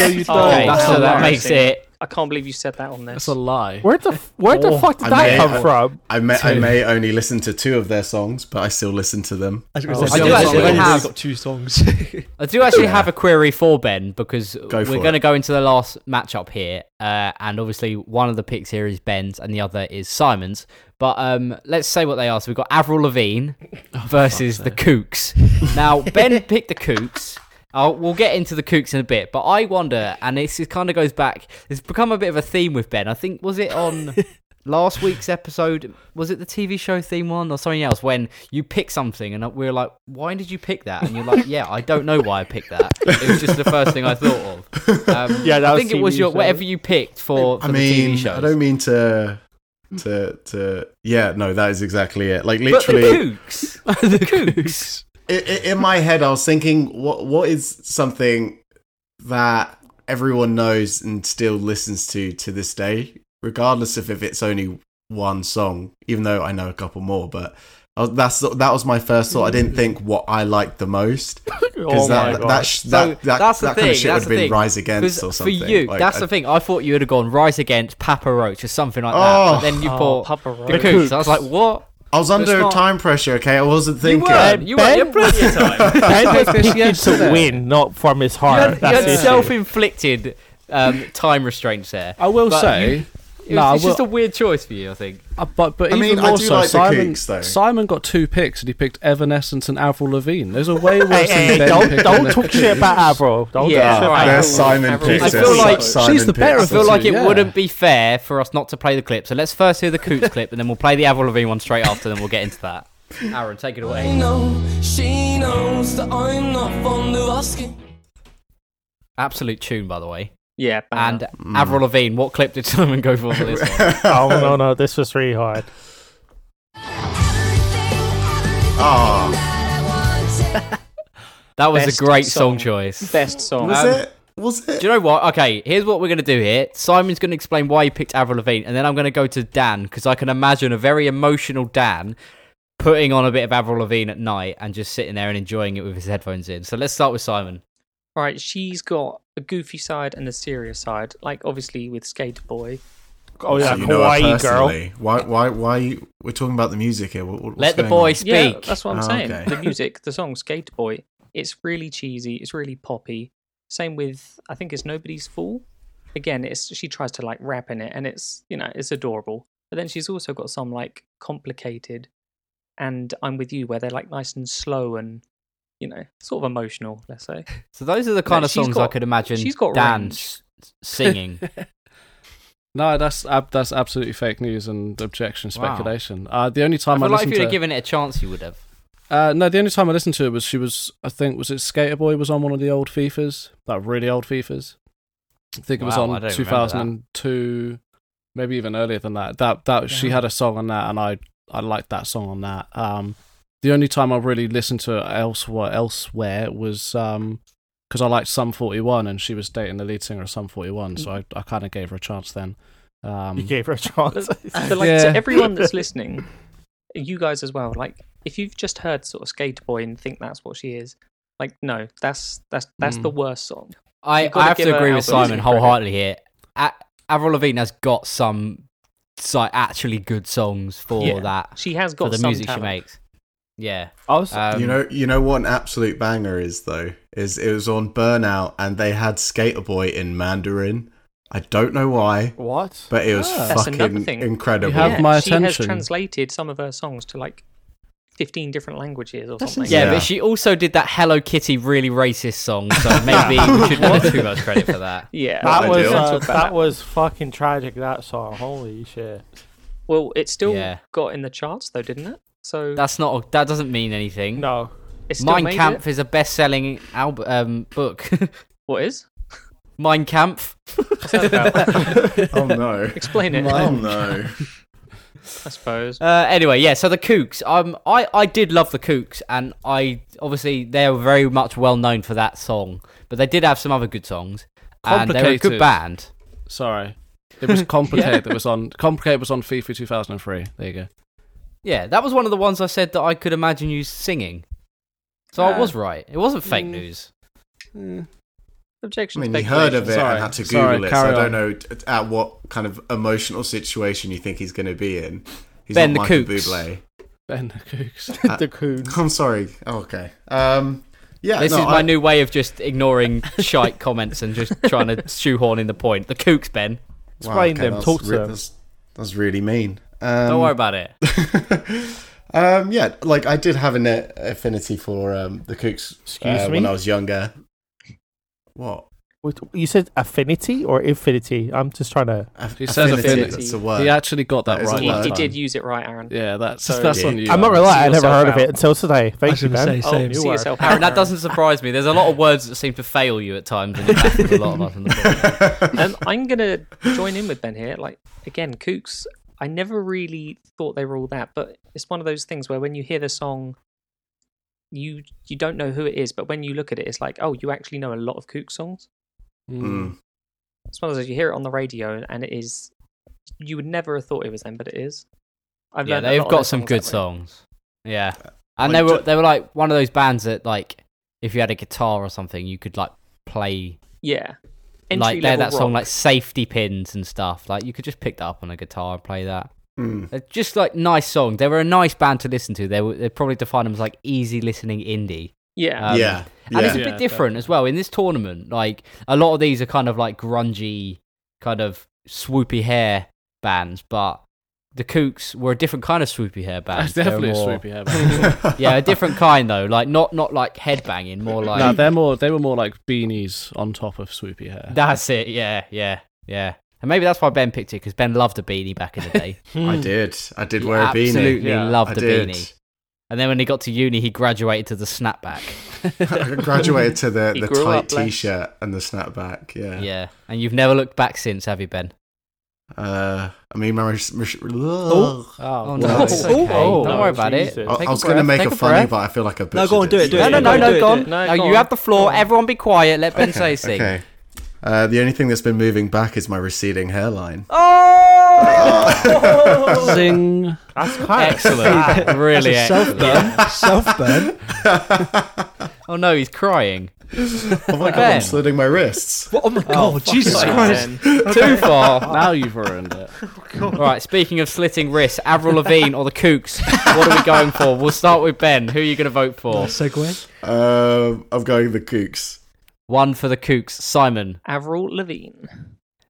Okay, Oh, so that wow. makes it. I can't believe you said that on this. that's a lie. Where the f- where the Oh, fuck did I that may- come I- from? I may I Two. may only listen to two of their songs, but I still listen to them. I, was gonna Oh, say, I Ben, do but actually we've only have- got two songs. I do actually Yeah. have a query for Ben because we're for it. going to go into the last matchup here, uh, and obviously one of the picks here is Ben's and the other is Simon's. But um, let's say what they are. So we've got Avril Lavigne versus the Kooks. Now Ben picked the Kooks. Uh, we'll get into the Kooks in a bit, but I wonder, and this is kind of goes back. It's become a bit of a theme with Ben. I think was it on last week's episode was it the TV show theme one or something else when you pick something and we were like, why did you pick that? And you're like, yeah, I don't know why I picked that. It was just the first thing I thought of. Um, Yeah, that I was think it was TV your show. whatever you picked for, for I mean, the TV shows. I don't mean to, to, to. Yeah, no, that is exactly it. Like but the literally, Kooks, the Kooks. I- I- in my head, I was thinking, what what is something that everyone knows and still listens to to this day, regardless of if it's only one song. Even though I know a couple more, but I was, that's that was my first thought. I didn't think what I liked the most because Oh my that, that, god. that, sh- So that that that's the that kind of thing, shit would that's have the been thing. Rise Against or Because something. For you, Like, that's I- the thing. I thought you would have gone Rise Against Papa Roach or something like that. Oh. But then you Oh, bought Papa the Roach. Kooks. I was like, what? I was under not- time pressure. Okay, I wasn't You thinking. Uh, weren't. You weren't. You had plenty of time. Ben was Take this picked yesterday. to win, not from his You heart. had, you That's had the issue. self-inflicted um, time restraints there. I will But say, It No, I was, it's will- just a weird choice for you, I think. uh, but but I even mean, I more do so, like the Simon Kooks, though. Simon got two picks and he picked Evanescence and Avril Lavigne. There's a way worse than Hey, hey, Ben don't picking don't the talk shit Kooks. about Avril. Don't Yeah. talk shit about Alright. There's Simon Avril- Picks. I feel there's like- Simon She's the Picks. bearer I of feel like it Yeah. wouldn't be fair for us not to play the clip. So let's first hear the Kooks clip, and then we'll play the Avril Lavigne one straight after. Then we'll get into that. Aaron, take it away. know she knows that I'm not fond of asking. Absolute tune, by the way. Yeah, bad. And Avril Lavigne, what clip did Simon go for for this one? Oh no no, this was really hard. Ah. That was Best a great song. song choice. best song. Was Um, it? Was it? Do you know what? Okay, here's what we're going to do here. Simon's going to explain why he picked Avril Lavigne, and then I'm going to go to Dan because I can imagine a very emotional Dan putting on a bit of Avril Lavigne at night and just sitting there and enjoying it with his headphones in. So let's start with Simon. All right, she's got a goofy side and a serious side. Like obviously with Skater Boy. Oh yeah, So you know her Hawaii girl. personally. Why? Why? Why? you- We're talking about the music here. What, what- what's Let the going boy on? speak. Yeah, that's what I'm Oh, saying. okay. The music, the song Skater Boy, it's really cheesy, it's really poppy. Same with I think it's Nobody's Fool. Again, it's she tries to like rap in it and it's, you know, it's adorable. But then she's also got some like complicated and I'm with you where they're like nice and slow and you know, sort of emotional, let's say. so those are the kind No, of she's songs I got- could imagine she's got Dan range. s- singing. No, that's ab- that's absolutely fake news and objection Wow. speculation. Uh, the only I time I, feel like if listened you'd to have given it a chance, you would have. uh, no, the only time I listened to it was she was I think was it Skater Boy was on one of the old FIFAs, like really old FIFAs. I think it was Wow, I don't on remember that. 2002, maybe even earlier than that. That that she had a song on that, and I I liked that song on that. Um, the only time I really listened to it elsewhere elsewhere was um because I liked Sum 41, and she was dating the lead singer of Sum 41, so Mm. I I kind of gave her a chance then. Um, You gave her a chance. But like to Yeah. everyone that's listening, you guys as well, like if you've just heard sort of Skater Boy and think that's what she is, like no, that's that's that's the worst song. I, You've gotta I have give to her agree with Avril Lavigne Simon credit. wholeheartedly here. A- Avril Lavigne has got some si- actually good songs for Yeah. that She has for got the some music talent. she makes. Yeah. I was Um, you know. You know what an absolute banger is though. Is it was on Burnout and they had Skater Boy in Mandarin. I don't know why, what? but it was Ah. That's another fucking thing. incredible. You have my she attention. has translated some of her songs to like fifteen different languages or something. Yeah, Yeah. but she also did that Hello Kitty really racist song, so maybe we shouldn't have her too much credit for that. Yeah, That I was uh, do. Talk that, about that. was fucking tragic. That song. Holy shit. well, it still Yeah. got in the charts though, didn't it? So That's not. That doesn't mean anything. No. it's still Mein made Kampf It. is a best-selling album um, book. What is? Mein Kampf. What's that about? oh no. Explain it. Oh no. I suppose. Uh, anyway, yeah. So the Kooks. Um, I I did love the Kooks, and I obviously they're very much well known for that song, but they did have some other good songs, and they're a good Complicated. band. Sorry. It was Complicate that was on. Complicate was on FIFA 2003. There you go. Yeah, that was one of the ones I said that I could imagine you singing. So I Uh, was right. It wasn't fake mm. news. I Objection. mean, you heard of it Sorry, and had to Google sorry, it. So carry I don't on. know t- at what kind of emotional situation you think he's going to be in. He's Ben not the Michael Kooks. Bublé. Ben the Kooks. the coon. I'm sorry. Oh, okay. Um, yeah. This no, is my I- new way of just ignoring shite comments and just trying to shoehorn in the point. The kooks, Ben. Explain them, that's talk to them. That's, that's really mean. Um, Don't worry about it. um, yeah, like I did have an uh, affinity for um, the Kooks uh, Excuse when me? I was younger. What? What- You said affinity or infinity? I'm just trying to. He says affinity. That's a word. He actually got that, That is right. a He, lot. last he time. did use it right, Aaron. Yeah, that's So- that's on you. I'm not Aaron. gonna lie, I never yourself heard of out. it until today. I Thank was you, going man. to say same. Oh, see were. yourself out, Aaron, that Aaron. doesn't surprise me. There's a lot of words that seem to fail you at times, and it happens a lot of us on the podcast. um, I'm gonna join in with Ben here. Like again, Kooks. I never really thought they were all that, but it's one of those things where when you hear the song, you you don't know who it is, but when you look at it, it's like, oh, you actually know a lot of Kooks songs. Mm. It's one of those you hear it on the radio, and it is. You would never have thought it was them, but it is. I've yeah, learned a they've lot of got their some songs good that way. songs. Yeah, Uh, and Like, they were ju- they were like one of those bands that like if you had a guitar or something, you could like play Yeah, like they're Entry-level that song rock. like safety pins and stuff. Like you could just pick that up on a guitar and play that. Mm. They're Uh, just like nice songs. They were a nice band to listen to. They were they probably define them as like easy listening indie. yeah, Um, yeah. And it's a Yeah. bit Yeah, different as well in this tournament. Like a lot of these are kind of like grungy, kind of swoopy hair bands, but the Kooks were a different kind of swoopy hair band. That's They were definitely a more- swoopy hair. band. Yeah, a different kind though. Like not not like headbanging, more like no, they're more. They were more like beanies on top of swoopy hair. that's it. Yeah, yeah, yeah. And maybe that's why Ben picked it because Ben loved a beanie back in the day. I did. I did He wear a beanie. absolutely Yeah, loved I the did. beanie. And then when he got to uni, he graduated to the snapback. I graduated to the, He the grew tight up less. t-shirt and the snapback. Yeah. yeah, and you've never looked back since, have you, Ben? Uh, I mean, my, res- res- Oh, no, no, well, it's oh, okay. oh, Don't worry about Jesus. it. I, Take I was a going to breath, make take a funny, breath. but I feel like a butchered No, go on, do it, do No, it. no, no, do it, no, do go on. it. No, No, go you on. have the floor. Everyone be quiet. Let Ben say his thing. Okay. Uh, the only thing that's been moving back is my receding hairline. Oh, Oh, Zing. That's kind of Excellent. really Self excellent. burn. Self burn. Oh, no, he's crying. Oh my god, Ben. I'm slitting my wrists. What? Oh my god, Jesus Sorry, Christ. Ben. Too far. Now you've ruined it. Oh, All right, speaking of slitting wrists, Avril Lavigne or the Kooks, what are we going for? We'll start with Ben. Who are you going to vote for? Segway. Um, I'm going the kooks. One for the Kooks, Simon. Avril Lavigne.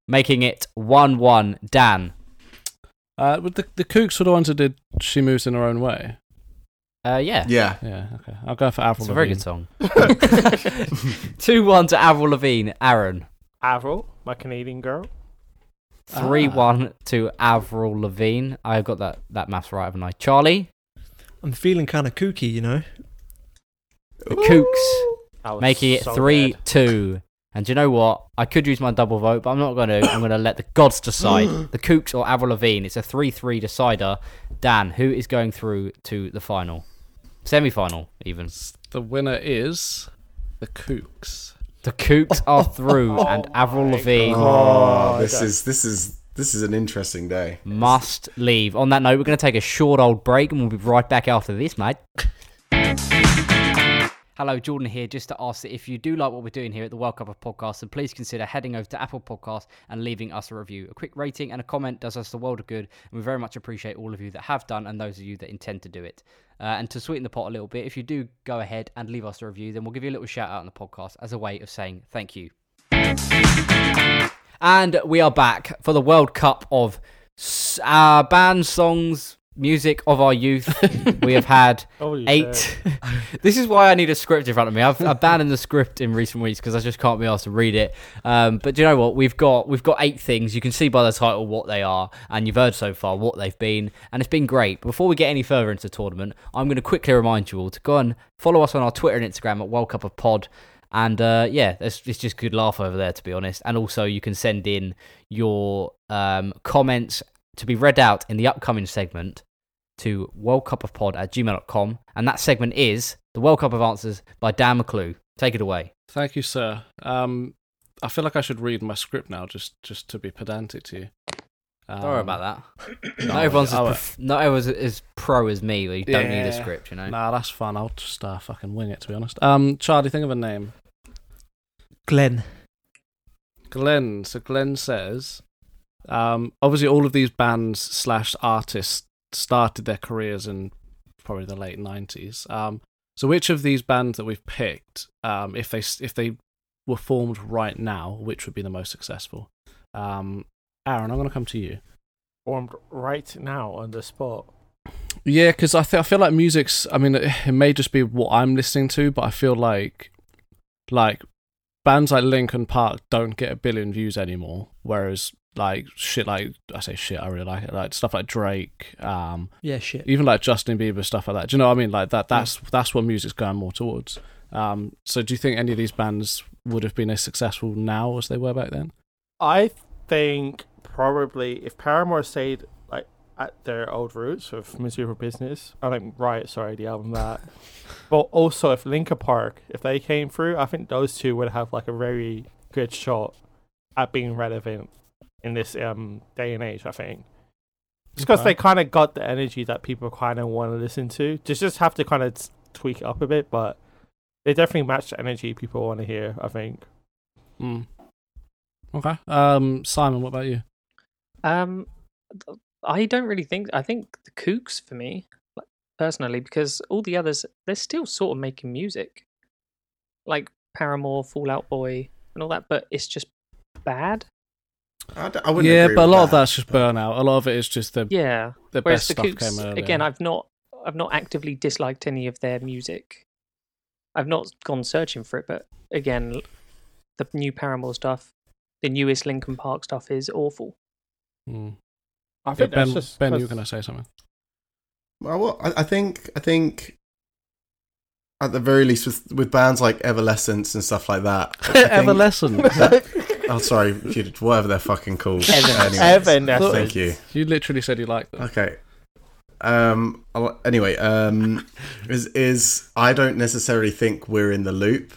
making it 1 1 Dan. Uh, but the the Kooks were the ones that did. She moves in her own way. Uh, yeah, Yeah. Yeah. Okay. I'll go for Avril. it's a very Lavigne. good song. 2 1 to Avril Lavigne, Aaron. Avril, my Canadian girl. 3 Ah. 1 to Avril Lavigne. I got that, that maths right, haven't I? Charlie, I'm feeling kind of kooky, you know. the Kooks, Oh, making it 3 2. And do you know what? I could use my double vote, but I'm not going to. I'm going to let the gods decide. the Kooks or Avril Lavigne. It's a 3 3 decider. Dan, who is going through to the final? Semi final, even. The winner is the Kooks. The Kooks are through, and Avril Lavigne Oh, Oh, this okay. is this is this is an interesting day. must leave. On that note, we're going to take a short old break and we'll be right back after this, mate. Hello, Jordan here. Just to ask that if you do like what we're doing here at the World Cup of Podcasts, then please consider heading over to Apple Podcasts and leaving us a review. A quick rating and a comment does us the world of good, and we very much appreciate all of you that have done and those of you that intend to do it. Uh, and to sweeten the pot a little bit, if you do go ahead and leave us a review, then we'll give you a little shout out on the podcast as a way of saying thank you. And we are back for the World Cup of s- uh, band songs, music of our youth. we have had Holy eight. this is why I need a script in front of me. I've abandoned the script in recent weeks because I just can't be asked to read it. Um, but do you know what? We've got we've got eight things. You can see by the title what they are, and you've heard so far what they've been, and it's been great. Before we get any further into the tournament, I'm going to quickly remind you all to go and follow us on our Twitter and Instagram at World Cup of Pod. And uh, yeah, it's, it's just good laugh over there, to be honest. And also, you can send in your um, comments to be read out in the upcoming segment to worldcupofpod at gmail.com. And that segment is The World Cup of Answers by Dan McClue. Take it away. Thank you, sir. Um, I feel like I should read my script now, just just to be pedantic to you. Um, Don't worry about that. Um, not everyone's as I- prof- not everyone's as pro as me where you don't need a Yeah. script, you know? Nah, that's fun. I'll just uh, fucking wing it, to be honest. Um, Charlie, think of a name. Glenn. Glenn. So Glenn says, um, obviously all of these bands slash artists started their careers in probably the late nineties. Um, so which of these bands that we've picked, um, if they s- if they were formed right now, which would be the most successful? Um, Aaron, I'm going to come to you. Formed right now on the spot. Yeah, because I, th- I feel like music's. I mean, it it may just be what I'm listening to, but I feel like, like bands like Linkin Park don't get a billion views anymore, whereas like shit like I say shit I really like it like stuff like Drake, um, Yeah, shit. even like Justin Bieber stuff like that. Do you know what I mean? Like that. That's that's what music's going more towards. Um, so do you think any of these bands would have been as successful now as they were back then? I think probably if Paramore stayed like at their old roots with Missouri Business, I think Riot, sorry, the album that. but also if Linkin Park, if they came through, I think those two would have like a very good shot at being relevant in this um day and age. I think. Just because Okay. they kind of got the energy that people kind of want to listen to, just just have to kind of tweak it up a bit, but they definitely match the energy people want to hear. I think. Mm. Okay. Um, Simon, what about you? Um, th- I don't really think. I think the Kooks for me, like, personally, because all the others they're still sort of making music, like Paramore, Fallout Boy, and all that. But it's just bad. I, d- I wouldn't. yeah, agree but a with lot of that. that's just burnout. A lot of it is just the Yeah. the Whereas best the stuff came Kooks, earlier. again, I've not, I've not actively disliked any of their music. I've not gone searching for it, but again, l- the new Paramore stuff, the newest Linkin Park stuff is awful. Mm. I Yeah, think ben, that's just ben, 'cause- you were gonna say something. Well, well, I, I think I think at the very least with with bands like Evanescence and stuff like that. I Uh, think- Evanescent. Oh, sorry, if you- whatever they're fucking called. Evanescence. Anyway, Evanescence. Thank you. you literally said you liked them. Okay. Um. I'll- Anyway. Um. Is is I don't necessarily think we're in the loop.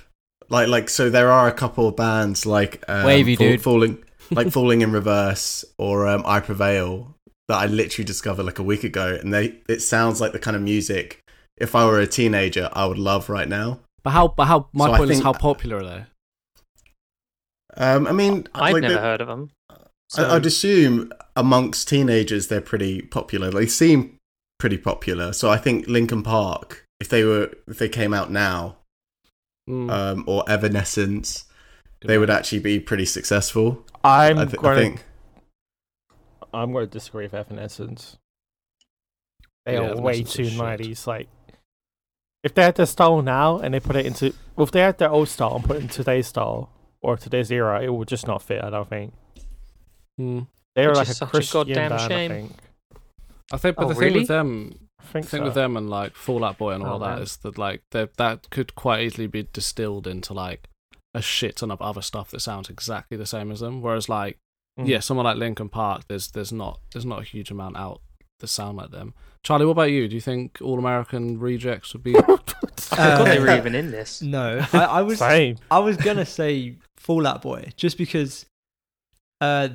Like like so there are a couple of bands like um, Wavy dude. falling like falling in reverse or um, I prevail that I literally discovered like a week ago, and they it sounds like the kind of music if I were a teenager I would love right now. But how? But how? My So I point is, think- how popular are they? Um. I mean, I've like never the- heard of them. I, I'd assume amongst teenagers they're pretty popular. They seem pretty popular. So I think Linkin Park, if they were if they came out now, Mm. Uh, um, or Evanescence, Good they point. would actually be pretty successful. I'm I, th- going. I think. I'm going to disagree with Evanescence. They Yeah, are way Evanescence too is shit. nineties. Like, if they had their style now and they put it into, well, if they had their old style and put it in today's style or today's era, it would just not fit. I don't think Mm. they were Which like is a such a Christian goddamn band. shame. I think. I think, but Oh, the thing really? with them, I think, thing so. with them and like Fallout Boy and all Oh, that man. is that like that that could quite easily be distilled into like a shit ton of other stuff that sounds exactly the same as them. Whereas like Mm. yeah, someone like Linkin Park, there's there's not there's not a huge amount out that sound like them. Charlie, what about you? Do you think All American Rejects would be? I forgot they Uh, were even in this. No, I, I was Same. I was gonna say Fallout Boy just because, uh,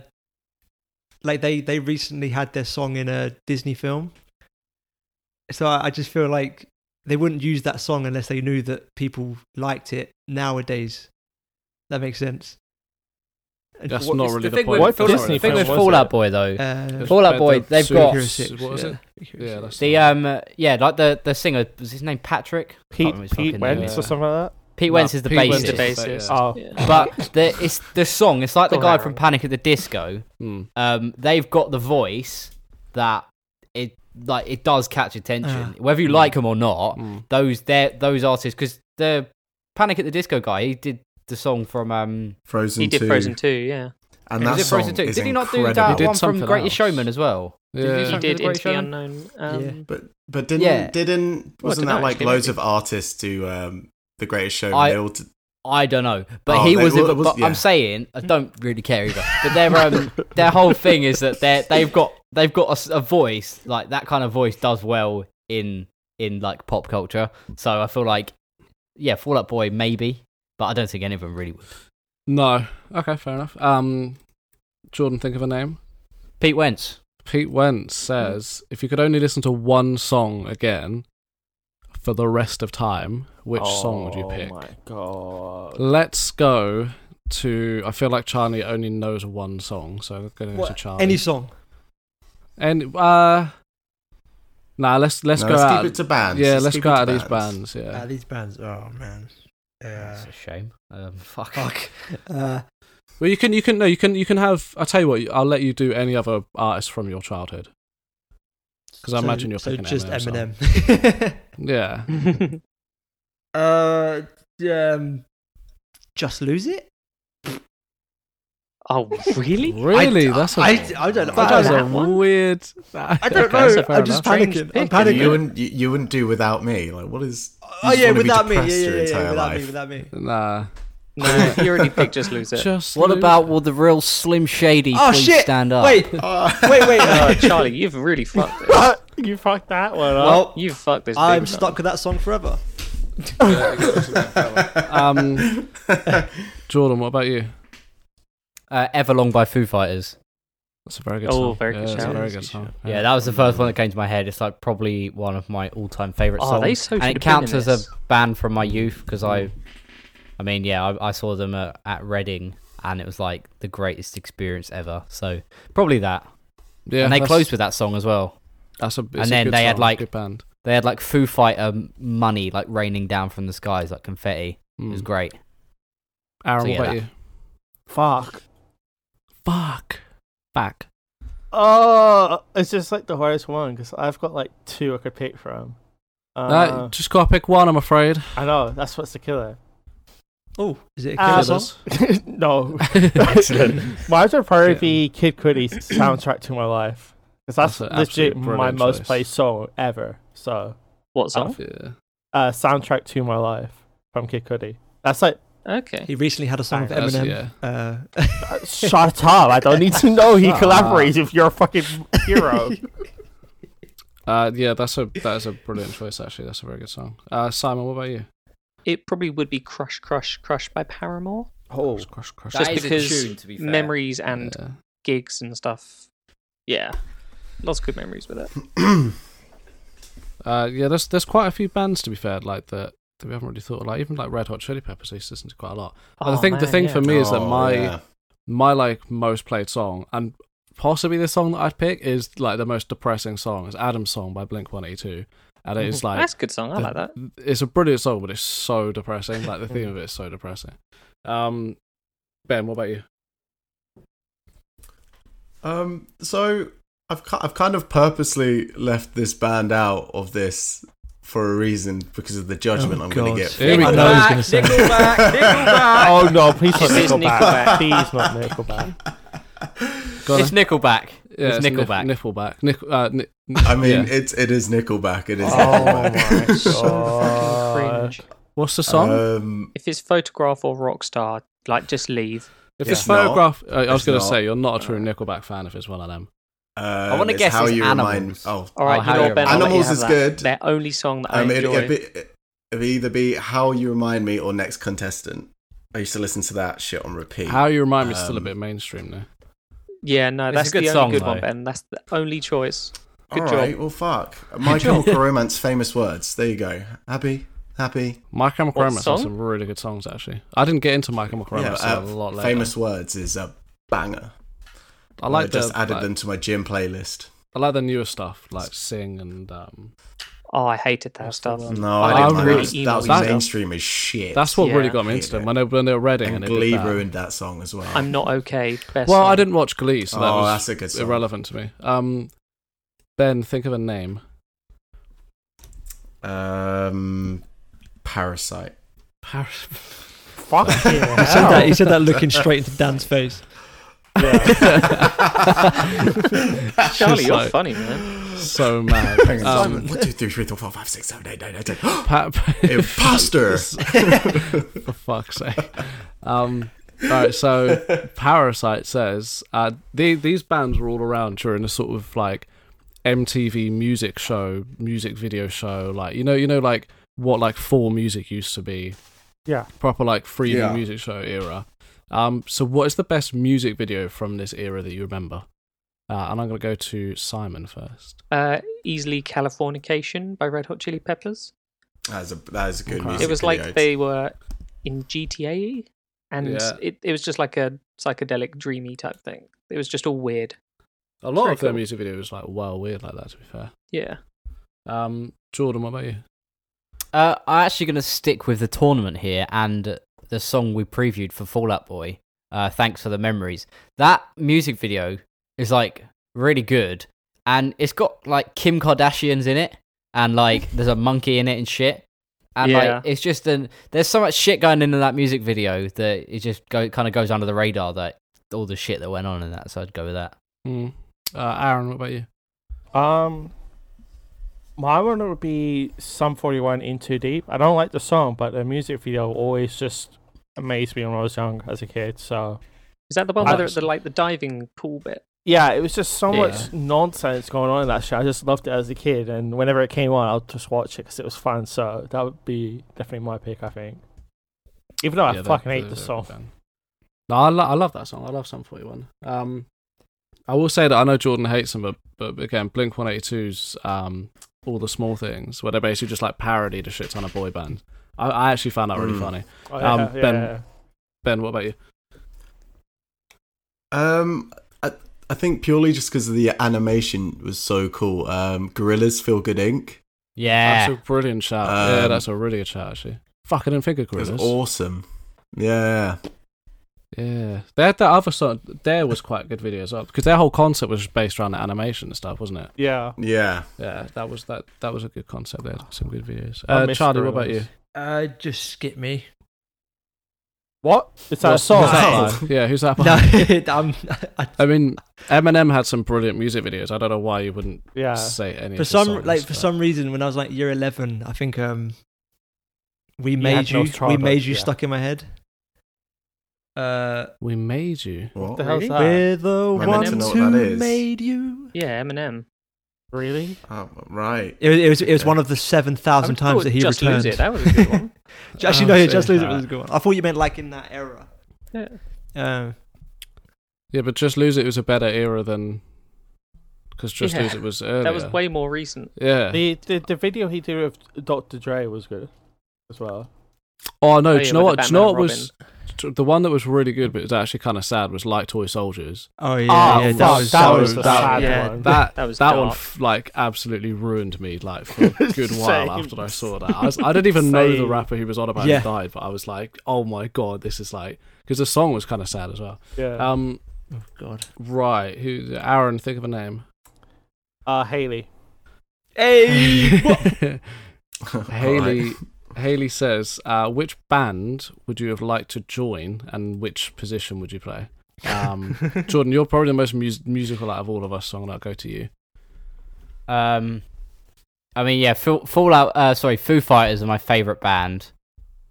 like they they recently had their song in a Disney film, so I, I just feel like they wouldn't use that song unless they knew that people liked it nowadays. That makes sense. And That's what- not it's really the the, thing point. with- That's What not Disney The really thing with film was Fallout it? Boy though, Uh, Fall Out Boy, They're they've got- Hero suits- Six, What was yeah. it? Yeah, that's the one. um, yeah, like the the singer was his name Patrick. Can't Pete, remember his Pete fucking Wentz name. or something like Pete No, Wentz is the Pete Wentz Who's bassist. the is the bassist? that. Oh, Yeah. But the it's the song. It's like the Go guy around. from Panic at the Disco. Mm. Um, they've got the voice that it like it does catch attention, whether you like them or not. Mm. Those they those artists because the Panic at the Disco guy he did the song from um Frozen he did 2. Frozen 2, yeah. And was that it song Frozen 2? is Did he not do incredible. that He did one from something Greatest else. Showman as well? Did you Yeah. He Something did with Into the Rachel? Unknown. Um, Yeah. But but didn't Yeah. didn't Well, I wasn't dunno, that like actually, loads maybe. of artists do um the Greatest Showman? I- they all did, I don't know, but Oh, he they- was. in well, the it was- but yeah. I'm saying I don't really care either. But their um, their whole thing is that they they've got they've got a s- a, voice like that kind of voice does well in in like pop culture. So I feel like yeah, Fall Out Boy maybe, but I don't think any of them really would. No. Okay, fair enough. Um, Jordan, think of a name. Pete Wentz. Pete Wentz says, if you could only listen to one song again for the rest of time, which song would you Oh pick? my god. Let's go to. I feel like Charlie only knows one song, so I'm going to go to what- Charlie. any song. Any uh, nah, let's let's no, go let's out. keep it to bands. yeah, let's keep go it out to of these bands. Yeah, Uh, these bands. Oh man. Yeah. That's a shame. Um, fuck. Oh, Fuck. Uh, well, you can you can no, you can you can have. I will tell you what, I'll let you do any other artist from your childhood. Because I so- imagine you're so picking just Eminem. song. Um, Eminem. Yeah, Uh, um, Just Lose It? Oh, really? Really? I, that's a I, I don't know. I that don't is know. a have one. weird. I don't Okay, so know. fair I'm just enough. panicking. I'm You, panicking. you wouldn't you, you wouldn't do without me. Like what is? you oh just yeah, wanna be without me. Yeah, depressed yeah, your yeah, entire without me, life. without me. Nah. No, you already picked just lose it. Just What lose about it. will the real Slim Shady Oh please shit! stand up? Wait, uh, wait, wait. Oh, Charlie, you've really fucked it. you fucked that one up. well, You've fucked this. I'm big time. stuck with that song forever. Um, Jordan, what about you? Uh, Everlong by Foo Fighters. Uh, That's a very good song. Oh, very good yeah, that's shout. a very good song. Yeah, that was the first one that came to my head. It's like probably one of my all-time favorite Oh, songs. Mm. they so should and have it been counts in as this. a band from my youth because I, I mean, yeah, I, I saw them at, at Reading and it was like the greatest experience ever. So probably that. Yeah, and they that's- closed with that song as well. That's a, it's and a then good they had, song, like- good band. They had like Foo Fighter money like raining down from the skies like confetti. It was Mm. great. Aaron, so what yeah, that- about you? Fuck. Fuck. Back. Oh, it's just like the hardest one because I've got like two I could pick from. Uh, Uh, just gotta pick one, I'm afraid. I know that's what's the killer. Oh, is it a Ah, killer so- song? no, Excellent. Mine would probably be Kid Cudi's soundtrack to my life because that's, That's an legit absolute my brilliant most choice. played song ever. So, What song? Yeah. uh, soundtrack to my life from Kid Cudi. That's like Okay. He recently had a song with That's- Eminem. yeah. Uh, shut up. I don't need to know he Shut up. collaborates with your fucking hero. Uh, yeah, that's a that is a brilliant choice. Actually, that's a very good song. Uh, Simon, what about you? It probably would be Crush, Crush, Crush by Paramore. oh, Crush, crush, crush. Just That is a because tune, to be fair. memories and Yeah. gigs and stuff. Yeah. Lots of good memories with it. Uh, yeah, there's there's quite a few bands to be fair, like that that we haven't really thought of. Like even like Red Hot Chili Peppers, I used to listen to quite a lot. But the Oh, thing the man, thing yeah. for me is that Oh, my yeah. my like most played song and possibly the song that I'd pick is like the most depressing song. It's Adam's song by Blink One Eighty Two, and it is like That's a good song. I the- like that. it's a brilliant song, but it's so depressing. Like the theme of it is so depressing. Um, Ben, what about you? Um, so I've ki- I've kind of purposely left this band out of this for a reason because of the judgment Oh, I'm going God. to get. Here we I go. know Nickelback, what he's gonna say. Nickelback, Nickelback. oh no, please not It is Nickelback. Nickelback. please not Nickelback. Go on It's then. Nickelback. Yeah, it's nif- Nickelback. Niffleback. Nick, uh, ni- I mean, yeah. it's it is Nickelback. It is. Oh Nickelback. my so fucking god. cringe. what's the song? Um, If it's photograph or rock star, like just leave. if it's it's photograph, uh, I was It's going to not. Uh, say you're not a true Nickelback fan if it's one of them. I wanna guess Uh, how it's you Animals. Remind, oh, All right, Oh, you Harry know Ben. I'll let you Animals have is that. good. Their only song that I um, it, enjoy. it'd, be, it'd either be how you remind me or next contestant. I used to listen to that shit on repeat. How you remind me is still a Um, bit mainstream now. yeah, no, It's a that's good the song, only good though. one, Ben. That's the only choice. Good All job. right, well, fuck. My Chemical Romance, famous words. There you go. Happy, happy. My Chemical What Romance has song? some really good songs actually. I didn't get into My Chemical Romance Yeah, uh, a lot later. famous words is a banger. I like just the, added like, them to my gym playlist. I like the newer stuff like Sing and um, Oh, I hated that stuff. No, I I didn't like really that. emo That was stuff. mainstream as shit. that's what Yeah. really got me into Hated them it. when they when they were Reading and and, Glee it did that. ruined that song as well. I'm not okay. Best Well, song. I didn't watch Glee, so that oh, was that's a good song. irrelevant to me. Um, ben, think of a name. Um, Parasite. Paris. Fuck you. He said hell. that. He said that looking straight into Dan's face. Charlie, Just you're like- funny, man. So mad. Hang on, Um, Simon. One, two, three, four, five, six, seven, eight, nine, nine, ten. Pa- Imposter. For fuck's sake. Um, all right, so Parasite says uh, the these bands were all around during a sort of like MTV music show, music video show, like you know, you know, like what like four music used to be, Yeah. proper like free Yeah. music show era. Um, so what is the best music video from this era that you remember? Uh, and I'm gonna go to Simon first. Uh, Easily Californication by Red Hot Chili Peppers. That is a that is a good Okay. music It was video. like they were in GTA, and Yeah. it, it was just like a psychedelic, dreamy type thing. It was just all weird. A lot Very of their cool. music video was like well weird like that. To be fair, Yeah. um, Jordan, what about you? Uh, I'm actually going to stick with the tournament here and the song we previewed for Fallout Boy. Uh, Thanks for the memories. That music video is like really good, and it's got like Kim Kardashian's in it, and like there's a monkey in it and shit. and Yeah. like it's just an there's so much shit going into that music video that it just go kind of goes under the radar that all the shit that went on in that. So I'd go with that. Mm. Uh, Aaron, what about you? Um, my one would be Sum 41 in Too Deep. I don't like the song, but the music video always just amazed me when I was young as a kid. So Is that the one I- where they're at the like the diving pool bit? yeah, it was just so Yeah. much nonsense going on in that show. I just loved it as a kid, and whenever it came on, I'll just watch it because it was fun. So that would be definitely my pick, I think. Even though Oh, I Yeah, fucking they're- hate the they're- song. they're- No, I, lo- I love that song. I love Sum 41. Um, I will say that I know Jordan hates them, but, but again, Blink 182's um, All the Small Things, where they basically just like parodied a shit ton of boy band. I, I actually found that really Mm. funny. Oh, Um, Ben- Ben, what about you? Um, I, I think purely just because the animation was so cool. Um, Gorillas Feel Good Inc. Eh. Yeah, That's a brilliant shout. yeah, Um, that's a really good shout, actually. Fucking and figure It was Gorillas. awesome. Yeah. yeah. They had that other song. There was quite good video as well, because their whole concept was based around the animation and stuff, wasn't it? yeah. Yeah. Yeah, that was that. That was a good concept. They had some good videos. I Uh, miss Charlie, what about you? Gorillaz. Uh, just skip me. What? It's that What's- song. who's Nice. that by? Yeah, who's that by? No, I'm, I, I mean, Eminem had some brilliant music videos. I don't know why you wouldn't Yeah. say any. Uh, for some like for some reason when I was like year eleven, I think um we made had you, no we childhood, made you yeah. stuck in my head. Uh, we made you. What? the hell's that? we're the I don't even ones know what that who is. made you. Yeah, Eminem. Really? Oh, right. It was it was, it was Okay. one of the seven thousand I times would- that he just returned. Lose it. That was a good one. Actually, Oh, no, yeah, shit. just lose it Alright. was a good one. I thought you meant like in that era. Yeah. Um, Yeah, but just lose it was a better era than because just Yeah. lose it was earlier. that was way more recent. yeah. The, the the video he did with Dr. Dre was good as well. oh no, Oh, do yeah, you know with what? the Do you know Batman what was the one that was really good, but it was actually kind of sad? Was like Toy Soldiers. oh yeah, Ah, Oh, yeah, fuck, that was that so was the bad. sad yeah. one. That That was that one dark. f- like absolutely ruined me like for a good Same. while after I saw that. I, was, I didn't even know the Same. rapper he was on about Yeah. who died, but I was like, oh my god, this is like because the song was kind of sad as well. Yeah. Um, Oh god. right, who Aaron? Think of a name. uh, Haley. Hey, Haley. Alright. Haley says, uh, which band would you have liked to join, and which position would you play? Um, Jordan, you're probably the most mus- musical out of all of us, so I'm gonna go to you. um, I mean, yeah, Fall- Fallout. Uh, sorry, Foo Fighters are my favorite band,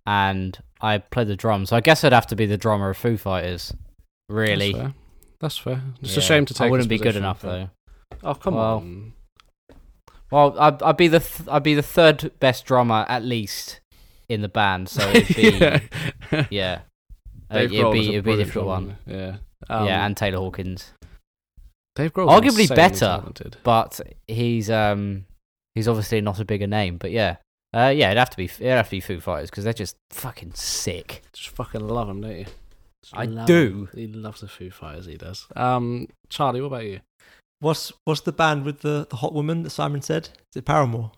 and I play the drums. So I guess I'd have to be the drummer of Foo Fighters. Really, That's fair. That's fair. It's a Yeah. shame to take. I his wouldn't be good position, enough but- though. Oh come Well, on. Well, I'd, I'd be the th- I'd be the third best drummer at least in the band. So it'd be yeah, Uh, it'd Dave Grohl is be it'd a be a brilliant difficult one. drummer. Yeah. Um, yeah, and Taylor Hawkins, Dave Grohl. arguably better. but he's um he's obviously not a bigger name. But yeah, uh, yeah, it'd have to be it'd have to be Foo Fighters because they're just fucking sick. Just fucking love him, don't you? Just I love do. him. He loves the Foo Fighters. He does. Um, Charlie, what about you? what's what's the band with the, the hot woman that Simon said? Is it Paramore?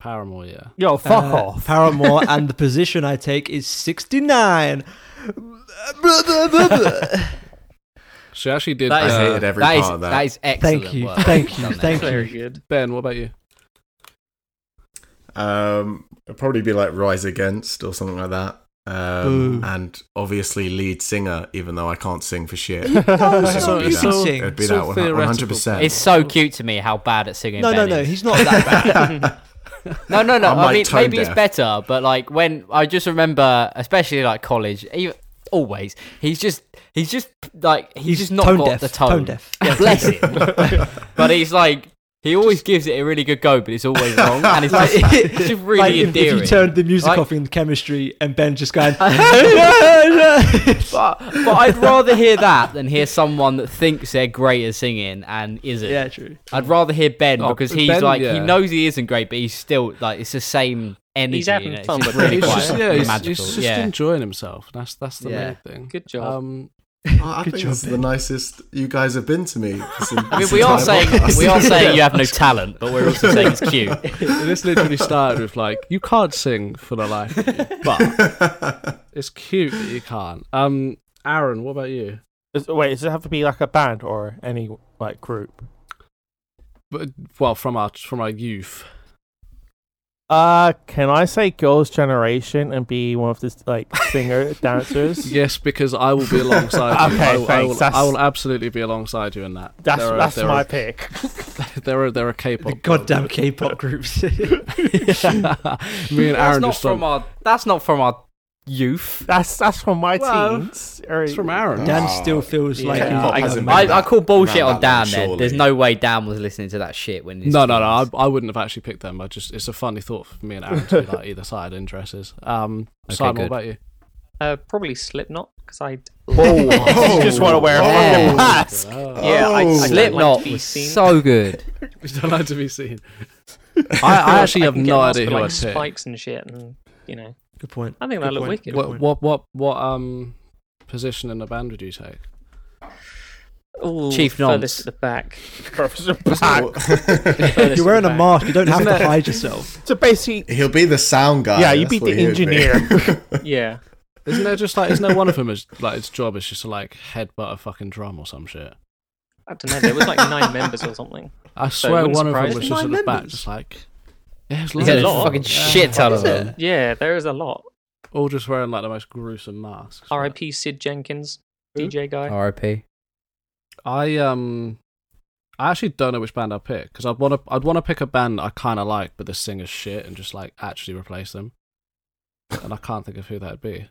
Paramore. Yeah. Yo, fuck Uh, off. Paramore, and the position I take is sixty nine. She actually did. That is- I uh, hated every that part is of that. that is excellent. Thank you, work. thank you, Done there. thank Very you. good. ben, what about you? Um, it'd probably be like Rise Against or something like that. Um, Boo. and obviously lead singer, even though I can't sing for shit. You know It's all- you it's can all- sing. It'd be It's all that one, one hundred percent. It's so cute to me how bad at singing. No, no, Ben no, is. he's not that bad. No, no, no. I'm, I like, mean, tone maybe it's deaf. better, but like when I just remember, especially like college, even, always he's just he's just like he's, just not tone got deaf, the tone. deaf. Bless him. but he's like he always gives it a really good go, but it's always wrong, and it's Like, just, it's just really like, if, if endearing. you turned the music Like- off in chemistry and Ben just going, but, but I'd rather hear that than hear someone that thinks they're great at singing and isn't. yeah, true. I'd rather hear Ben Oh, because he's Ben, like he yeah. knows he isn't great, but he's still like it's the same energy. having you know, it's fun just with it. really He's quite just, yeah, he's, magical. he's just yeah. enjoying himself. That's that's the Yeah. main thing. Good job. Um, I Good think job, this is the Ben. nicest you guys have been to me. this en- I mean, this we are entire saying podcast. we are saying you have no talent, but we're also saying it's cute. this literally started with like, you can't sing for the life of you, but it's cute that you can't. Um, Aaron, what about you? Is- wait, does it have to be like a band or any like group? But, well, from our from our youth, Uh, can I say Girls' Generation and be one of the like singer dancers? Yes, because I will be alongside you. Okay, I will, I, will, thanks, that's- I will absolutely be alongside you in that. That's There are- that's there my are- pick. There are there are K-pop. Goddamn K-pop groups. Me and That's Aaron not just from from. our. That's not from our youth. That's that's from my Well, teens. Or- It's from Aaron. Dan Oh, still feels yeah. like Yeah, he's- I- hasn't I- made I, it. I call bullshit Around on Dan. that one, Then there's surely. no way Dan was listening to that shit when. No, no, no. I, I wouldn't have actually picked them. I just it's a funny thought for me and Aaron to be like either side in dresses. Um, Okay, Simon, good. what about you? Uh, probably Slipknot because I oh, just want to wear a fucking mask. yeah I, I don't like Slipknot to be was seen. so good. We Oh, don't like to be seen. I, I actually have can get no masked idea with, who like I'd pick. spikes and shit, and you know, Good point. I think Good that looked point. wicked. Good What point. what what what um position in the band would you take? Ooh, Chief Nonce. furthest at the back. Professor Black. Furthest You're at wearing the a back. mask. You don't have Isn't to it- hide yourself. So basically, He'll be the sound guy. Yeah, you'd be that's what the he would be. Yeah, Isn't there just like isn't there one of them is like its job is just to like headbutt a fucking drum or some shit? I don't know. There was like nine members or something. I So it swear wouldn't one of them surprise was me. just at the Nine back, members? just like yeah, it's He's loads had a of them. fucking shit ton of them. Yeah, there is a lot. All just wearing like the most gruesome masks. R.I.P. Sid Jenkins, DJ guy. R.I.P. I um, I actually don't know which band I'd pick because I'd want to I'd want to pick a band that I kind of like, but the singer's shit, and just like actually replace them. and I can't think of who that'd be.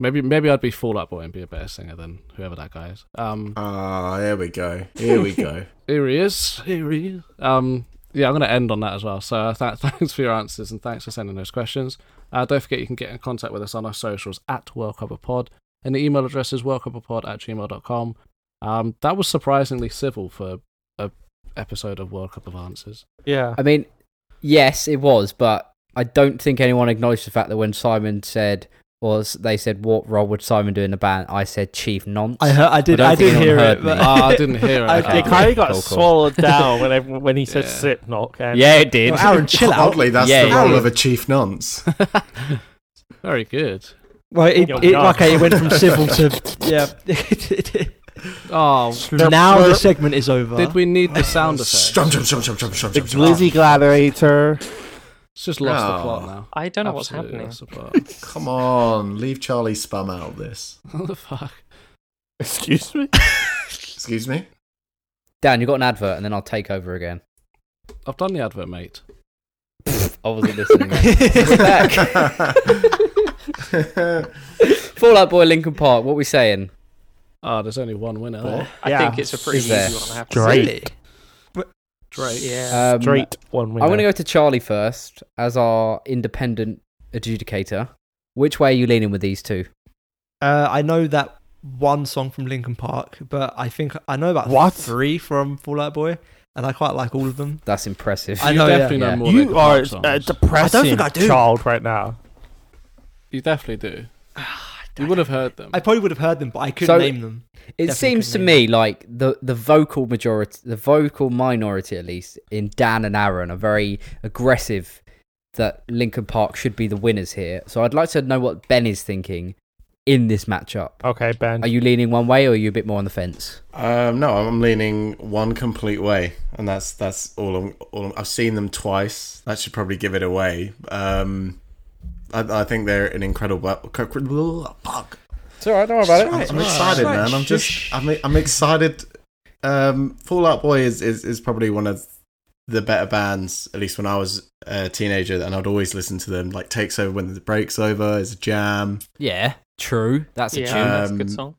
Maybe maybe I'd be Fallout Boy and be a better singer than whoever that guy is. Um, Ah, there we go. Here we go. here he is. Here he is. Um, yeah, I'm going to end on that as well. So uh, th- thanks for your answers and thanks for sending those questions. Uh, don't forget you can get in contact with us on our socials at World Cup of Pod, and the email address is worldcupperpod at gmail.com. Um, that was surprisingly civil for a episode of World Cup of Answers. yeah. I mean, yes, it was, but I don't think anyone acknowledged the fact that when Simon said, or s- they said, what role would Simon do in the band? I said Chief Nonce. I heard. I did. I don't I, think did anyone hear heard it. me. But Ah, I didn't hear it. I- It okay, kind of got cool, cool. swallowed down when I, when he said Yeah. Slipknot. And yeah, it did. Aaron, chill out. Oddly, that's Yeah, the yeah, role yeah. of a chief nonce. Very good. Well, it, Oh You're it, not. okay, it went from civil to yeah. Oh, now the segment is over. did we need the sound effect? Strum, strum, strum, strum, strum, strum, The strum, strum. Glizzy Gladiator. It's just lost the Oh. plot now. I don't know Absolutely what's lost the plot. Come on, leave Charlie Spum out of this. What the fuck? Excuse me. Excuse me. Dan, you got an advert, and then I'll take over again. I've done the advert, mate. I wasn't listening. We're back. Fallout Boy, Lincoln Park. What we saying? Oh, there's only one winner. happening. I Yeah. think it's a pretty Is easy there? one. I have to say. Drake. Drake. Yeah. Um, Straight one winner. I'm going to go to Charlie first as our independent adjudicator. Which way are you leaning with these two? Uh, I know that one song from Linkin Park, but I think I know about What? three from Fallout Boy, and I quite like all of them. That's impressive. I you know, yeah. definitely know Yeah. more. than You are songs. a depressing I don't think I do. child right now. you definitely do. You would have heard them. I probably would have heard them, but I couldn't So- name them. It Definitely seems to couldn't me like the the vocal majority, the vocal minority at least in Dan and Aaron are very aggressive that Lincoln Park should be the winners here. So I'd like to know what Ben is thinking in this matchup. Okay, Ben. Are you leaning one way or are you a bit more on the fence? Um, no, I'm leaning one complete way, and that's that's all. I'm, all I'm, I've seen them twice. That should probably give it away. Um, I, I think they're an incredible. Fuck. It's all right, don't worry I'm, I'm excited, man. I'm just. I'm. I'm excited. Um, Fallout Boy is, is is probably one of the better bands, at least when I was a teenager, and I'd always listen to them. Like takes over when the break's over. It's a jam. Yeah, true. That's a yeah, Uh, tune. that's a Um, good song.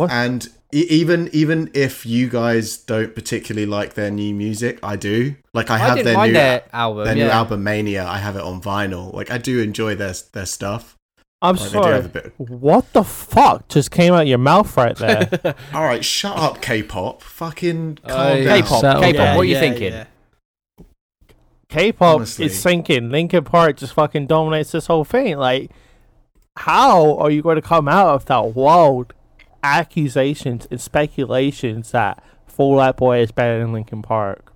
Oh. And e- even even if you guys don't particularly like their new music, I do. Like I, I, have didn't their mind new their album. their new yeah. album Mania. I have it on vinyl. Like I do enjoy their their stuff. I'm Like, they do have a sorry. bit. What the fuck just came out your mouth right there? Uh, All right, shut up, K-pop. Fucking Oh, calm yeah. down. K-pop, Settle K-pop. down. what are you thinking? K-pop Honestly. is sinking. Linkin Park just fucking dominates this whole thing. Like, how are you going to come out of that wild accusations and speculations that Fallout Boy is better than Linkin Park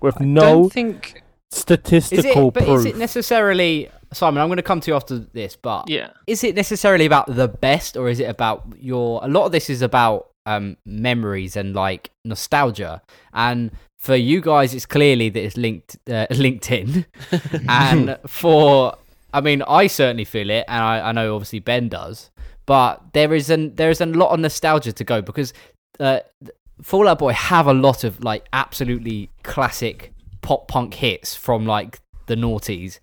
with no Don't think. Is statistical it, but proof? is it necessarily Simon? I'm going to come to you after this, but Yeah. is it necessarily about the best or is it about your a lot of this is about um memories and like nostalgia and For you guys, it's clearly that it's linked uh, LinkedIn, and for I mean, I certainly feel it, and I, I know obviously Ben does. But there is an there is a lot of nostalgia to go because uh, Fallout Boy have a lot of like absolutely classic pop punk hits from like the noughties,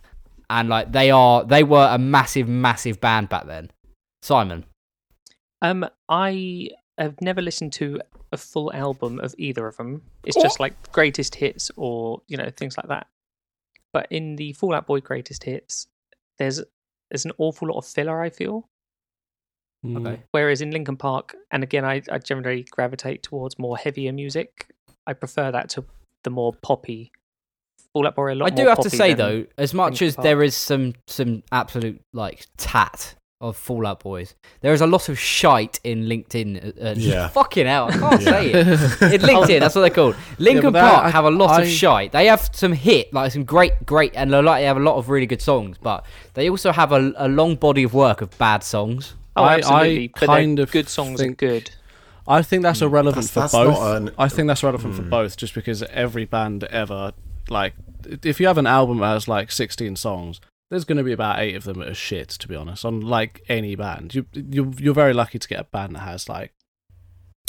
and like they are they were a massive massive band back then. Simon, Um, I have never listened to a full album of either of them. It's just like greatest hits or you know things like that. But in the Fallout Boy greatest hits, there's there's an awful lot of filler. I feel. Hmm. Mm. Okay. Whereas in Lincoln Park, and again, I, I generally gravitate towards more heavier music. I prefer that to the more poppy. Fallout Boy a lot. I do more have to poppy say than- though, as much Linkin as there Park. is some some absolute like tat of Fallout Boys, there is a lot of shite in LinkedIn. Uh, uh, Yeah. fucking hell, I can't Yeah. say it. In LinkedIn, that's what they're called. Lincoln that- Park I- have a lot of I- shite. They have some hit, like some great, great, and a lot- they have a lot of really good songs, but they also have a, a long body of work of bad songs. Oh, I- I absolutely. but they're kind of good songs think- are good. I think that's irrelevant That's- for that's both. not an- I think that's relevant for both, just because every band ever, like, if you have an album that has like 16 songs, there's going to be about eight of them that are shit. To be honest, on like any band, you you you're very lucky to get a band that has like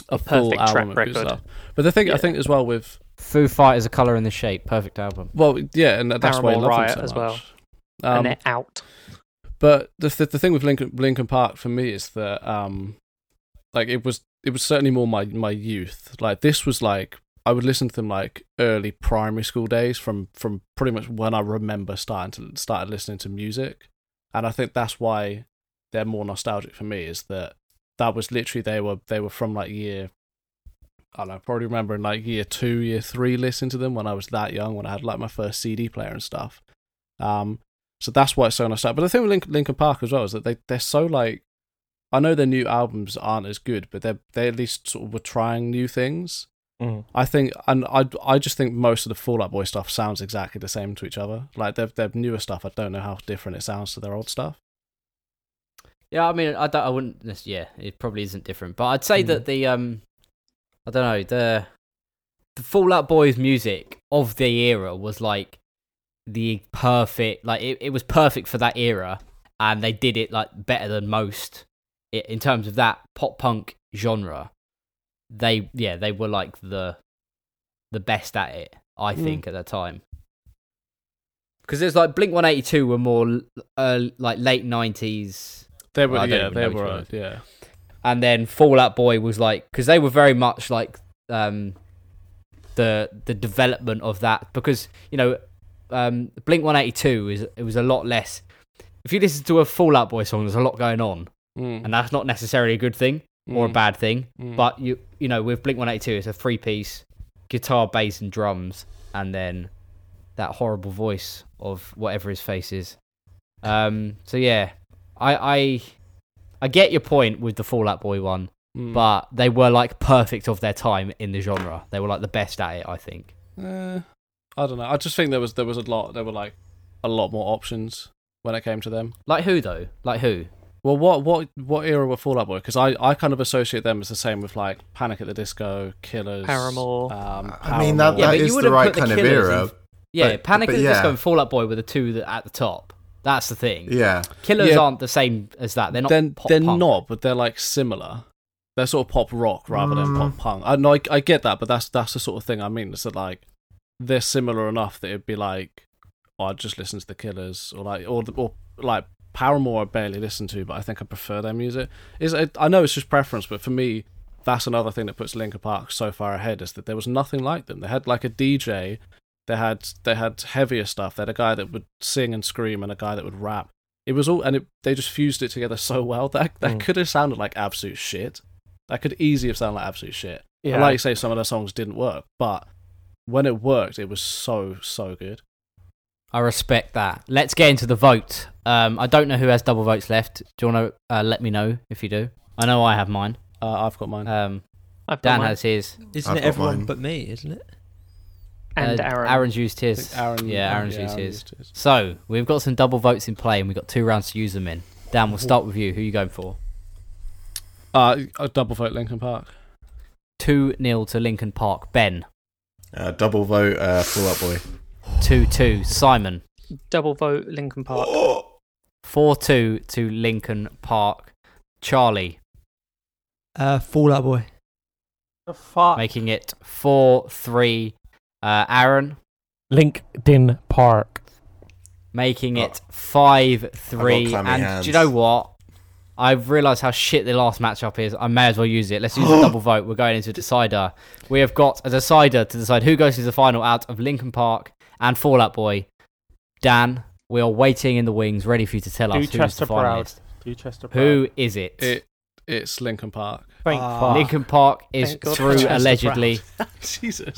a, full perfect track album of good record. stuff. But the thing I Yeah. think as well with Foo Fighters, A Color in the Shape, perfect album. well, yeah, and that's why I Paramore love them Riot so as much. well. Um, and they're out. But the th- the thing with Lincoln Lincoln Park for me is that um, like it was it was certainly more my my youth. Like this was like I would listen to them like early primary school days from from pretty much when I remember starting to started listening to music, and I think that's why they're more nostalgic for me is that that was literally they were they were from like year. I don't know, probably remember in like year two, year three, listening to them when I was that young, when I had like my first CD player and stuff. Um, so that's why it's so nostalgic. But the thing with Lincoln, Linkin Park as well is that they they're so like, I know their new albums aren't as good, but they are they at least sort of were trying new things. Mm. I think, and I I just think most of the Fallout Boy stuff sounds exactly the same to each other. Like their their newer stuff, I don't know how different it sounds to their old stuff. Yeah, I mean, I, don't, I wouldn't. this- Yeah, it probably isn't different, but I'd say that the um, I don't know the the Fallout Boys music of the era was like the perfect, like it, it was perfect for that era, and they did it like better than most i- in terms of that pop punk genre. They yeah, they were like the the best at it, I Mm. think, at that time. Because it's like Blink One Eighty Two were more uh, like late nineties They were Well, I don't yeah even they know which were one it uh, is. yeah and then Fallout Boy was like because they were very much like um, the the development of that because you know um, Blink One Eighty Two is it was a lot less. If you listen to a Fallout Boy song, there's a lot going on, Hmm. Mm, and that's not necessarily a good thing or a mm, bad thing. mm. But you you know with Blink One Eighty Two, it's a three piece guitar, bass, and drums, and then that horrible voice of whatever his face is. Um, so yeah, I I I get your point with the Fallout Boy one Mm. but they were like perfect of their time in the genre. They were like the best at it, I think. Eh, I don't know. I just think there was there was a lot there were like a lot more options when it came to them. Like who though? Like who? Well, what what what era were Fallout Boy? Because I, I kind of associate them as the same with like Panic at the Disco, Killers, Paramore. Um, I mean, that, Yeah, that but you is the would've right put the kind of Killers era. in- Yeah, But- Panic but at the Disco yeah. and Fallout Boy were the two that at the top. That's the thing. yeah. Killers Yeah. aren't the same as that. They're not. then pop they're punk. not, but they're like similar. They're sort of pop rock rather than Mm. pop punk. I know I, I get that, but that's that's the sort of thing I mean. Is that like they're similar enough that it'd be like oh, I'd just listen to the Killers or like or the, or like Paramore I barely listen to, but I think I prefer their music. Is I I know it's just preference, but for me that's another thing that puts Linkin Park so far ahead is that there was nothing like them. They had like a DJ, they had they had heavier stuff. They had a guy that would sing and scream and a guy that would rap. It was all and it, they just fused it together so well that that Mm. could have sounded like absolute shit. That could easily have sounded like absolute shit. And Yeah. like you say, some of their songs didn't work, but when it worked, it was so so good. I respect that. Let's get into the vote. Um, I don't know who has double votes left. Do you want to uh, let me know if you do? I know I have mine. Uh, I've got mine. Um, I've done Dan mine. has his. Isn't I've it got everyone mine. but me? Isn't it? and Uh, Aaron. Aaron's used I his. think Aaron, yeah, Aaron's yeah, used Aaron his. used his. So we've got some double votes in play, and we've got two rounds to use them in. Dan, we'll start with you. Who you going for? Uh, a double vote Lincoln Park. Two 0 to Lincoln Park. Ben. Uh, double vote, uh, Fall Out Boy. Two two. Simon. Double vote Lincoln Park. Four two to Lincoln Park. Charlie Uh, Fallout Boy. The fuck? making it four three. Uh, Aaron LinkedIn Park. making it five three. Oh. clammy And hands. do you know what? I've realised how shit the last matchup is. I may as well use it. Let's use a double vote. We're going into a decider. We have got a decider to decide who goes to the final out of Lincoln Park and Fallout Boy. Dan, we are waiting in the wings, ready for you to tell Do us who's Chester the Proud. finalist. Do Chester Proud. Who is it? It it's Lincoln Park. Thank Ah. fuck. Lincoln Park is Thank God for through Chester allegedly. Jesus.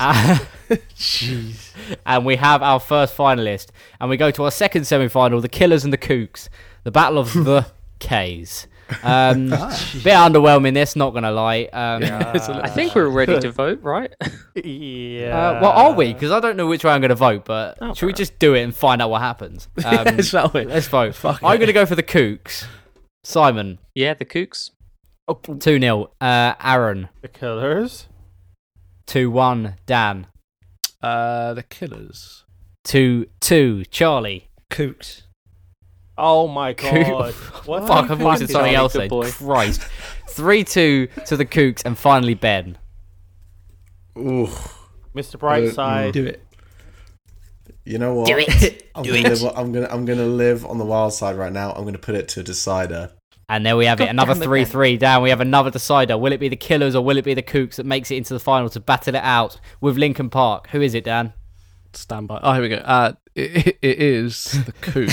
Jeez. And we have our first finalist. And we go to our second semi final the Killers and the Kooks. The Battle of the K's. Um, Ah. bit underwhelming, this, not going to lie. Um, It's a Uh, I think we're ready to vote, right? Yeah. uh, well, are we? Because I don't know which way I'm going to vote, but Oh, should we fair just do it and find out what happens? Um, it's that way. Let's vote. Fuck I'm it. going to go for the Kooks. Simon, Yeah, the Kooks. 2 0. Uh, Aaron, The Killers. 2 1. Dan, Uh, the Killers. 2 2. Charlie. Kooks. Oh my god. What Fuck, the I've wanted is- something Charlie, else good then. boy. Christ. 3 2 to the Kooks, and finally Ben. Ooh, Mr. Brightside. Brightside. Do it. you know what? Do it. I'm, Do gonna it. Live, I'm gonna I'm gonna live on the wild side right now. I'm gonna put it to a decider. And there we have it. Another 3 3 down. We have another decider. Will it be the Killers or will it be the Kooks that makes it into the final to battle it out with Lincoln Park? Who is it, Dan? Stand by. Oh, here we go. Uh, it, it- it is the Kooks.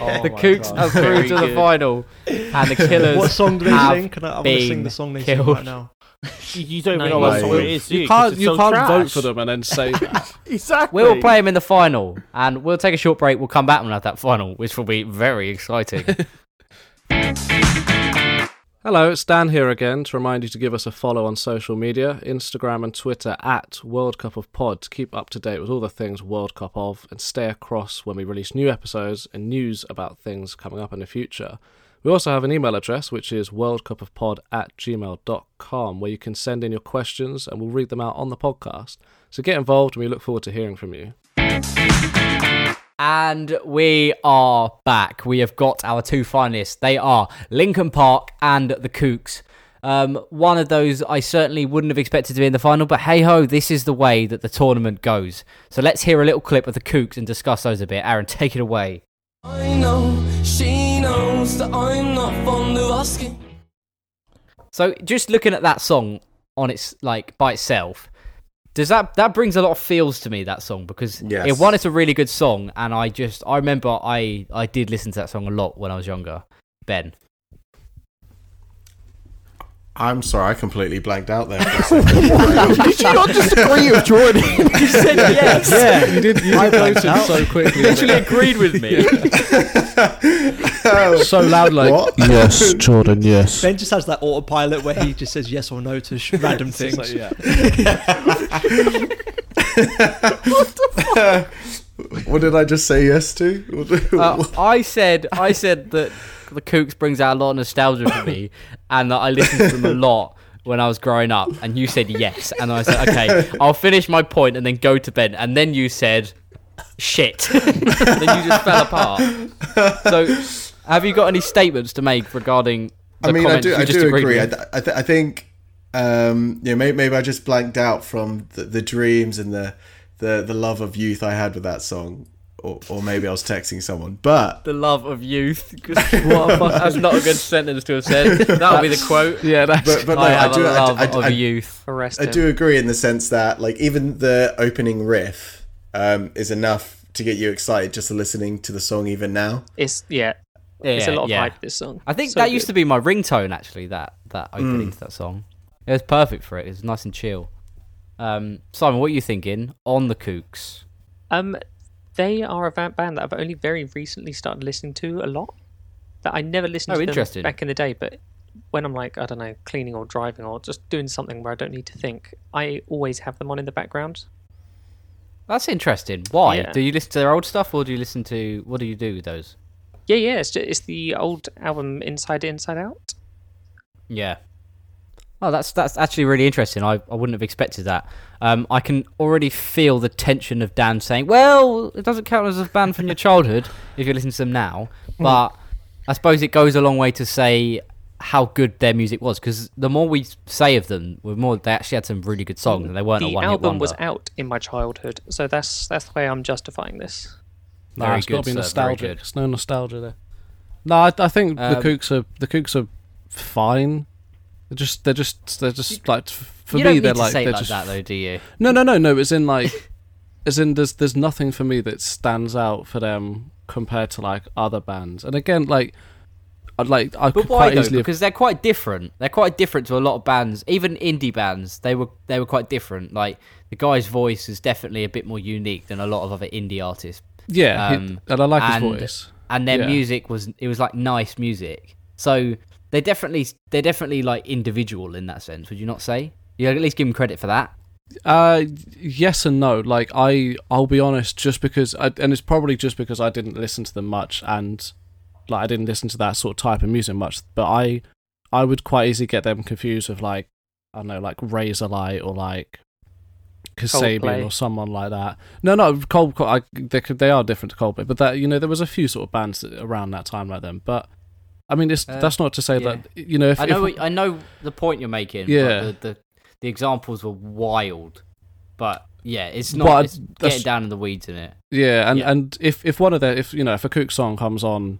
Oh the my Kooks God. are through Very to the good. final. And the What Killers. song do they have sing? Can I, I'm gonna sing been the song they sing killed. right now. You- You don't even know what Nice. song it is. do you Because can't it's you so can't vote trash. for them and then say that. Exactly. We will play them in the final. And we'll take a short break. We'll come back and have that final, which will be very exciting. Hello, it's Dan here again to remind you to give us a follow on social media, Instagram and Twitter at World Cup of Pod to keep up to date with all the things World Cup of and stay across when we release new episodes and news about things coming up in the future. We also have an email address which is worldcupofpod at gmail.com where you can send in your questions and we'll read them out on the podcast. So get involved and we look forward to hearing from you. And we are back. We have got our two finalists. They are Lincoln Park and the Kooks. Um, one of those I certainly wouldn't have expected to be in the final, but hey ho, this is the way that the tournament goes. So let's hear a little clip of the Kooks and discuss those a bit. Aaron, take it away. I know she knows that I'm not fond of asking. So just looking at that song on its like by itself, does that that brings a lot of feels to me that song because Yes. it one it's a really good song and I just I remember I I did listen to that song a lot when I was younger. Ben. I'm sorry, I completely blanked out there. For a second. Did you not just agree with Jordan? you said yes. Yeah, you did. You did voted so quickly. literally agreed with me. so loud like what? yes, Jordan, yes. Ben just has that autopilot where he just says yes or no to sh- random things. Like, yeah. What did I just say yes to? Uh, I said I said that the Kooks brings out a lot of nostalgia for me, and that I listened to them a lot when I was growing up. And you said yes, and I said okay, I'll finish my point and then go to bed. And then you said shit. then you just fell apart. So, have you got any statements to make regarding? The I mean, I comments do, you I just do agreed agree. I, with? th- I, th- I think, um, you know, maybe, maybe I just blanked out from the, the dreams and the, the the love of youth I had with that song, or, or maybe I was texting someone. But The love of youth. what a fuck, that's not a good sentence to have said. That'll be the quote. Yeah, that's but but no, I I, have do a I, love I, I, of youth. Arrest I him. do agree in the sense that like even the opening riff um, is enough to get you excited just listening to the song even now. It's yeah, it's a lot of hype. This song. I think that used to be my ringtone actually. That that opening to that song, it was perfect for it. It was nice and chill. Um, Simon, what are you thinking on the Kooks? Um, they are a va- band that I've only very recently started listening to a lot. That I never Oh, listened to interesting. them back in the day, but when I'm like I don't know, cleaning or driving or just doing something where I don't need to think, I always have them on in the background. That's interesting. Why Yeah. do you listen to their old stuff, or do you listen to what do you do with those? Yeah, yeah, it's, ju- it's the old album Inside Inside Out. Yeah, Oh, that's that's actually really interesting. I, I wouldn't have expected that. Um, I can already feel the tension of Dan saying, "Well, it doesn't count as a band from your childhood if you listen to them now." But I suppose it goes a long way to say how good their music was because the more we say of them, the more they actually had some really good songs and they weren't a the one hit album wonder. was out in my childhood, so that's that's the way I'm justifying this. No, Very it's got to good, be sir, very nostalgic. good. It's no nostalgia there. No, I, I think Um, the Kooks are the Kooks are fine. They're just they're just they're just like f- for you me don't need they're to like say it they're like just that though, do you? no no no no. As in like as in there's there's nothing for me that stands out for them compared to like other bands. And again, like I'd like But I could why quite though? easily have- Because they're quite different. They're quite different to a lot of bands, even indie bands. They were they were quite different. Like the guy's voice is definitely a bit more unique than a lot of other indie artists, yeah, he- um, and I like his and- voice. and their Yeah. music was it was like nice music. So they're definitely they're definitely like individual in that sense. Would you not say? You at least give them credit for that. Uh, yes and no. Like I, I'll be honest. Just because, I, and it's probably just because I didn't listen to them much, and like I didn't listen to that sort of type of music much. But I, I would quite easily get them confused with like, I don't know, like Razorlight or like Kasabian Coldplay. or someone like that. No, no, Coldplay. I, they could, they are different to Coldplay, but that you know there was a few sort of bands that- around that time like them. But I mean, it's Uh, that's not to say yeah. that you know if I know if, I know the point you're making. but Yeah. the, the the examples were wild, but yeah, it's Well, I- not it's that's- getting down in the weeds in it. Yeah, and Yeah. and if if one of their if you know if a Cook song comes on,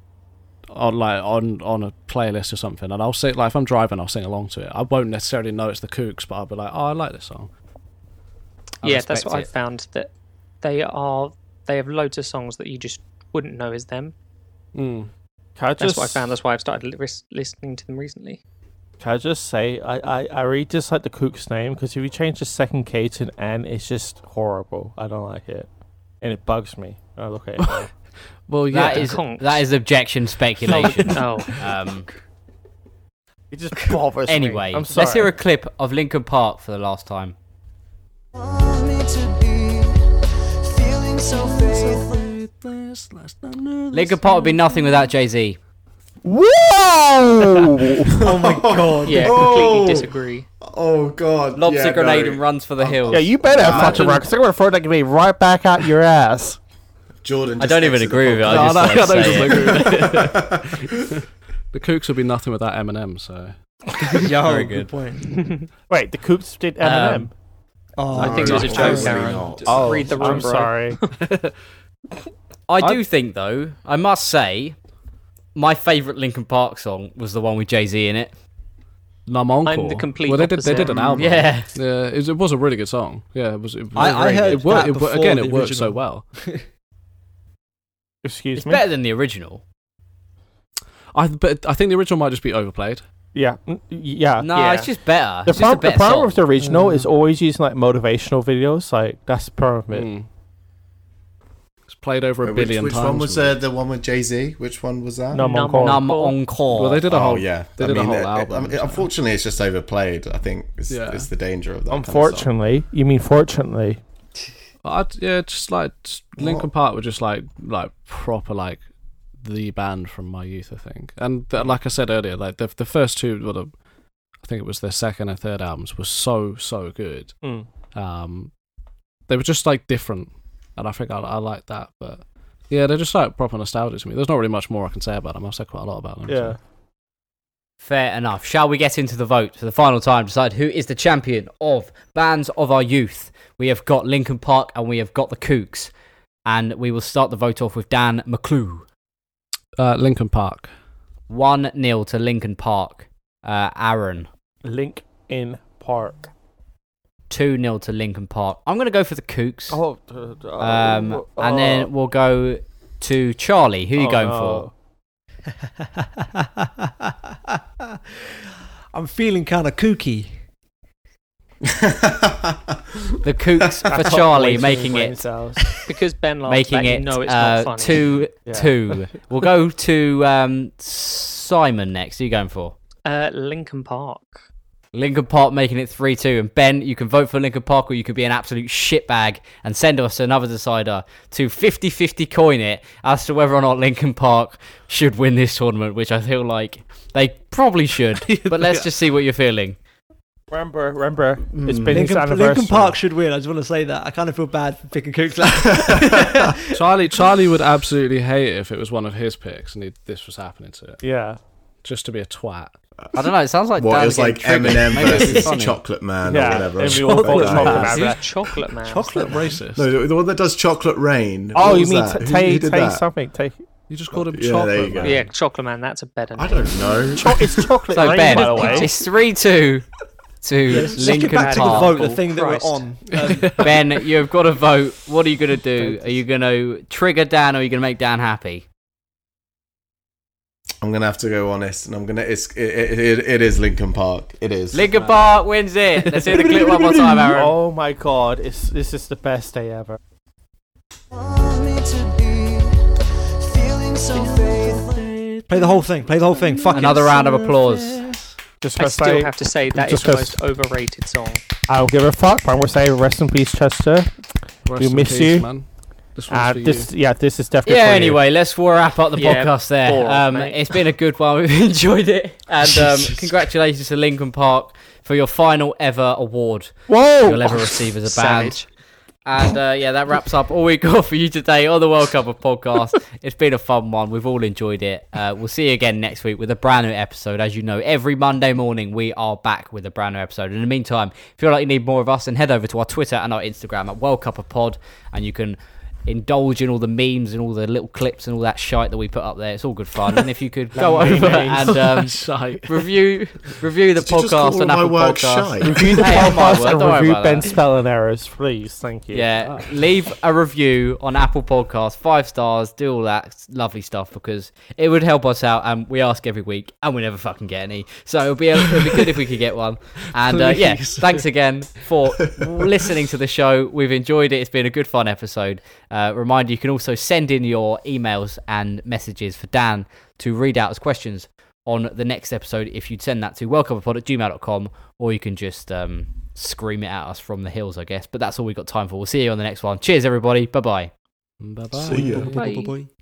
on like on on a playlist or something, and I'll say like if I'm driving, I'll sing along to it. I won't necessarily know it's the Kooks, but I'll be like, oh, I like this song. I yeah, that's respect what I it. found that they are they have loads of songs that you just wouldn't know is them. Mm. Can I That's just, what I found. That's why I've started li- listening to them recently. Can I just say, I, I, I really dislike the Cook's name because if you change the second K to an N, it's just horrible. I don't like it. And it bugs me. when I look at it. now. Well, yeah, That is conks. that is objection speculation. oh, um, it just bothers me. anyway, I'm sorry. let's hear a clip of Lincoln Park for the last time. Lincoln Park would be nothing without Jay Z. Whoa! Oh my god. yeah, oh, completely disagree. Oh god. Lobs yeah, a grenade no. and runs for the hills. yeah, you better have fucking Imagine- rock. Cause I'm gonna throw that grenade right back out your ass. Jordan. I just don't even exited the agree with it. podcast. I just No, no, like I don't say even it. the Kooks would be nothing without Eminem. So Yo, Oh, Very good. good point. Wait, the Coops did Eminem. Um, Oh, I think it was a joke, totally Aaron. not. oh, read the room, I'm bro. sorry. I do think though, I must say, my favourite Lincoln Park song was the one with Jay Z in it. my uncle. I'm the complete Well, they did, they opposite. did an album. Yeah. yeah, it was, it was a really good song. Yeah, it was. It was I- I very heard good. it worked, that it wor- before again. the It worked so original. well. Excuse It's me. better than the original. I but I think the original might just be overplayed. Yeah, mm, yeah. No, Yeah. it's just better. The, It's just a problem, the better problem song. with the original is always using like motivational videos. Like that's the problem with it. Mm. It's played over a Which- billion which times. one was really. uh, the one with Jay Z? Which one was that? No, I'm Numb on call. Numb Encore. Encore. Well, they did a whole. oh yeah, they I did a mean, whole it- it- album, I mean, so- unfortunately, it's just overplayed. I think it's, Yeah. it's the danger of that. kind of song. Unfortunately, you mean fortunately. I yeah, just like just Linkin What? Park were just like like proper like the band from my youth, I think. And th- like I said earlier, like the the first two, well, the, I think it was their second and third albums were so so good. Mm. Um, they were just like different, and I think I, I like that. But yeah, they're just like proper nostalgic to me. There's not really much more I can say about them. I've said quite a lot about them. so. Yeah. Fair enough. Shall we get into the vote for the final time? Decide who is the champion of bands of our youth. We have got Lincoln Park and we have got the Kooks. And we will start the vote off with Dan McClue. Uh, Linkin Park. 1 0 to Lincoln Park. Uh, Aaron, Link in Park. 2 0 to Lincoln Park. I'm going to go for the Kooks. Oh. d- d- oh, um, oh, and then we'll go to Charlie. Who are you oh, going no. I'm feeling kind of kooky. for? The Kooks That's for not Charlie, wasting making brain it. cells. Because Ben laughs, Making that you it know it's uh, not funny. two Yeah. two. We'll go to um, Simon next. Who you going for? Uh, Lincoln Park. Lincoln Park making it three two. And Ben, you can vote for Lincoln Park or you can be an absolute shitbag and send us another decider to 50-50 coin it as to whether or not Lincoln Park should win this tournament, which I feel like they probably should. But let's just see what you're feeling. Remember, remember, it's been his Lincoln, anniversary. Lincoln Park should win. I just want to say that. I kind of feel bad for picking Cook's last. Charlie Charlie would absolutely hate it if it was one of his picks and he, this was happening to it. Yeah, Just to be a twat. I don't know. It sounds like what Dan it was getting like triggered. Eminem Maybe it's versus funny. Chocolate Man Yeah, or whatever. and we all Chocolate thought Man. Chocolate Who's Man. chocolate man? Chocolate racist. No, the- the one that does Chocolate Rain. Oh, What you was mean t- that? Who- Tay who did Tay that? something? Tay. You just called him Yeah, there chocolate. you go. man. Yeah, chocolate man. That's a better I name. don't know. Cho- it's chocolate So rain, Ben, by the way. it's three two to Let's get Lincoln back to the Park. vote, the thing that Christ. we're on. Um, ben, you've got to vote. What are you going to do? Are you going to trigger Dan, or are you going to make Dan happy? I'm gonna have to go honest, and I'm gonna. It's it, it, it, it is Lincoln Park. It is. Lincoln Park wins it. Let's hear the clip one more time, Aaron. Oh my god, it's, this is the best day ever. play the whole thing. Play the whole thing. Fuck it. Another round of applause. Just I gonna still say, have to say that is just the goes- most overrated song. I don't give a fuck, but I'm gonna say rest in peace, Chester. Rest We in miss peace, you. Man. This one's Uh, for this, yeah, this is definitely. Yeah. for you. Anyway, let's wrap up the Yeah, podcast there. bored, um, mate. it's been a good one. We've enjoyed it, and um, congratulations to Lincoln Park for your final ever award you'll Whoa! ever receive as a band. Savage. And uh, yeah, that wraps up all we got for you today on the World Cup of podcast. it's been a fun one. We've all enjoyed it. Uh, we'll see you again next week with a brand new episode. As you know, every Monday morning we are back with a brand new episode. In the meantime, if you feel like you need more of us, then head over to our Twitter and our Instagram at World Cup of Pod, and you can indulge in all the memes and all the little clips and all that shite that we put up there. It's all good fun. And if you could go over and um, Shite. review review the Did you just call podcast all on my Apple work Podcasts. shite? Review the Hey, oh my word, podcast don't worry and review about that. Ben's Ah. spelling errors, please. Thank you. Yeah, leave a review on Apple Podcasts, five stars, do all that lovely stuff because it would help us out. And we ask every week, and we never fucking get any. So it'll be it'll be good if we could get one. And uh, yeah, Please. thanks again for listening to the show. We've enjoyed it. It's been a good fun episode. Uh, reminder: you can also send in your emails and messages for Dan to read out as questions on the next episode. If you'd send that to welcomeupod at gmail.com, or you can just um, scream it at us from the hills, I guess. But that's all we've got time for. We'll see you on the next one. Cheers, everybody. Bye bye. Bye bye. See ya. Bye. Boy.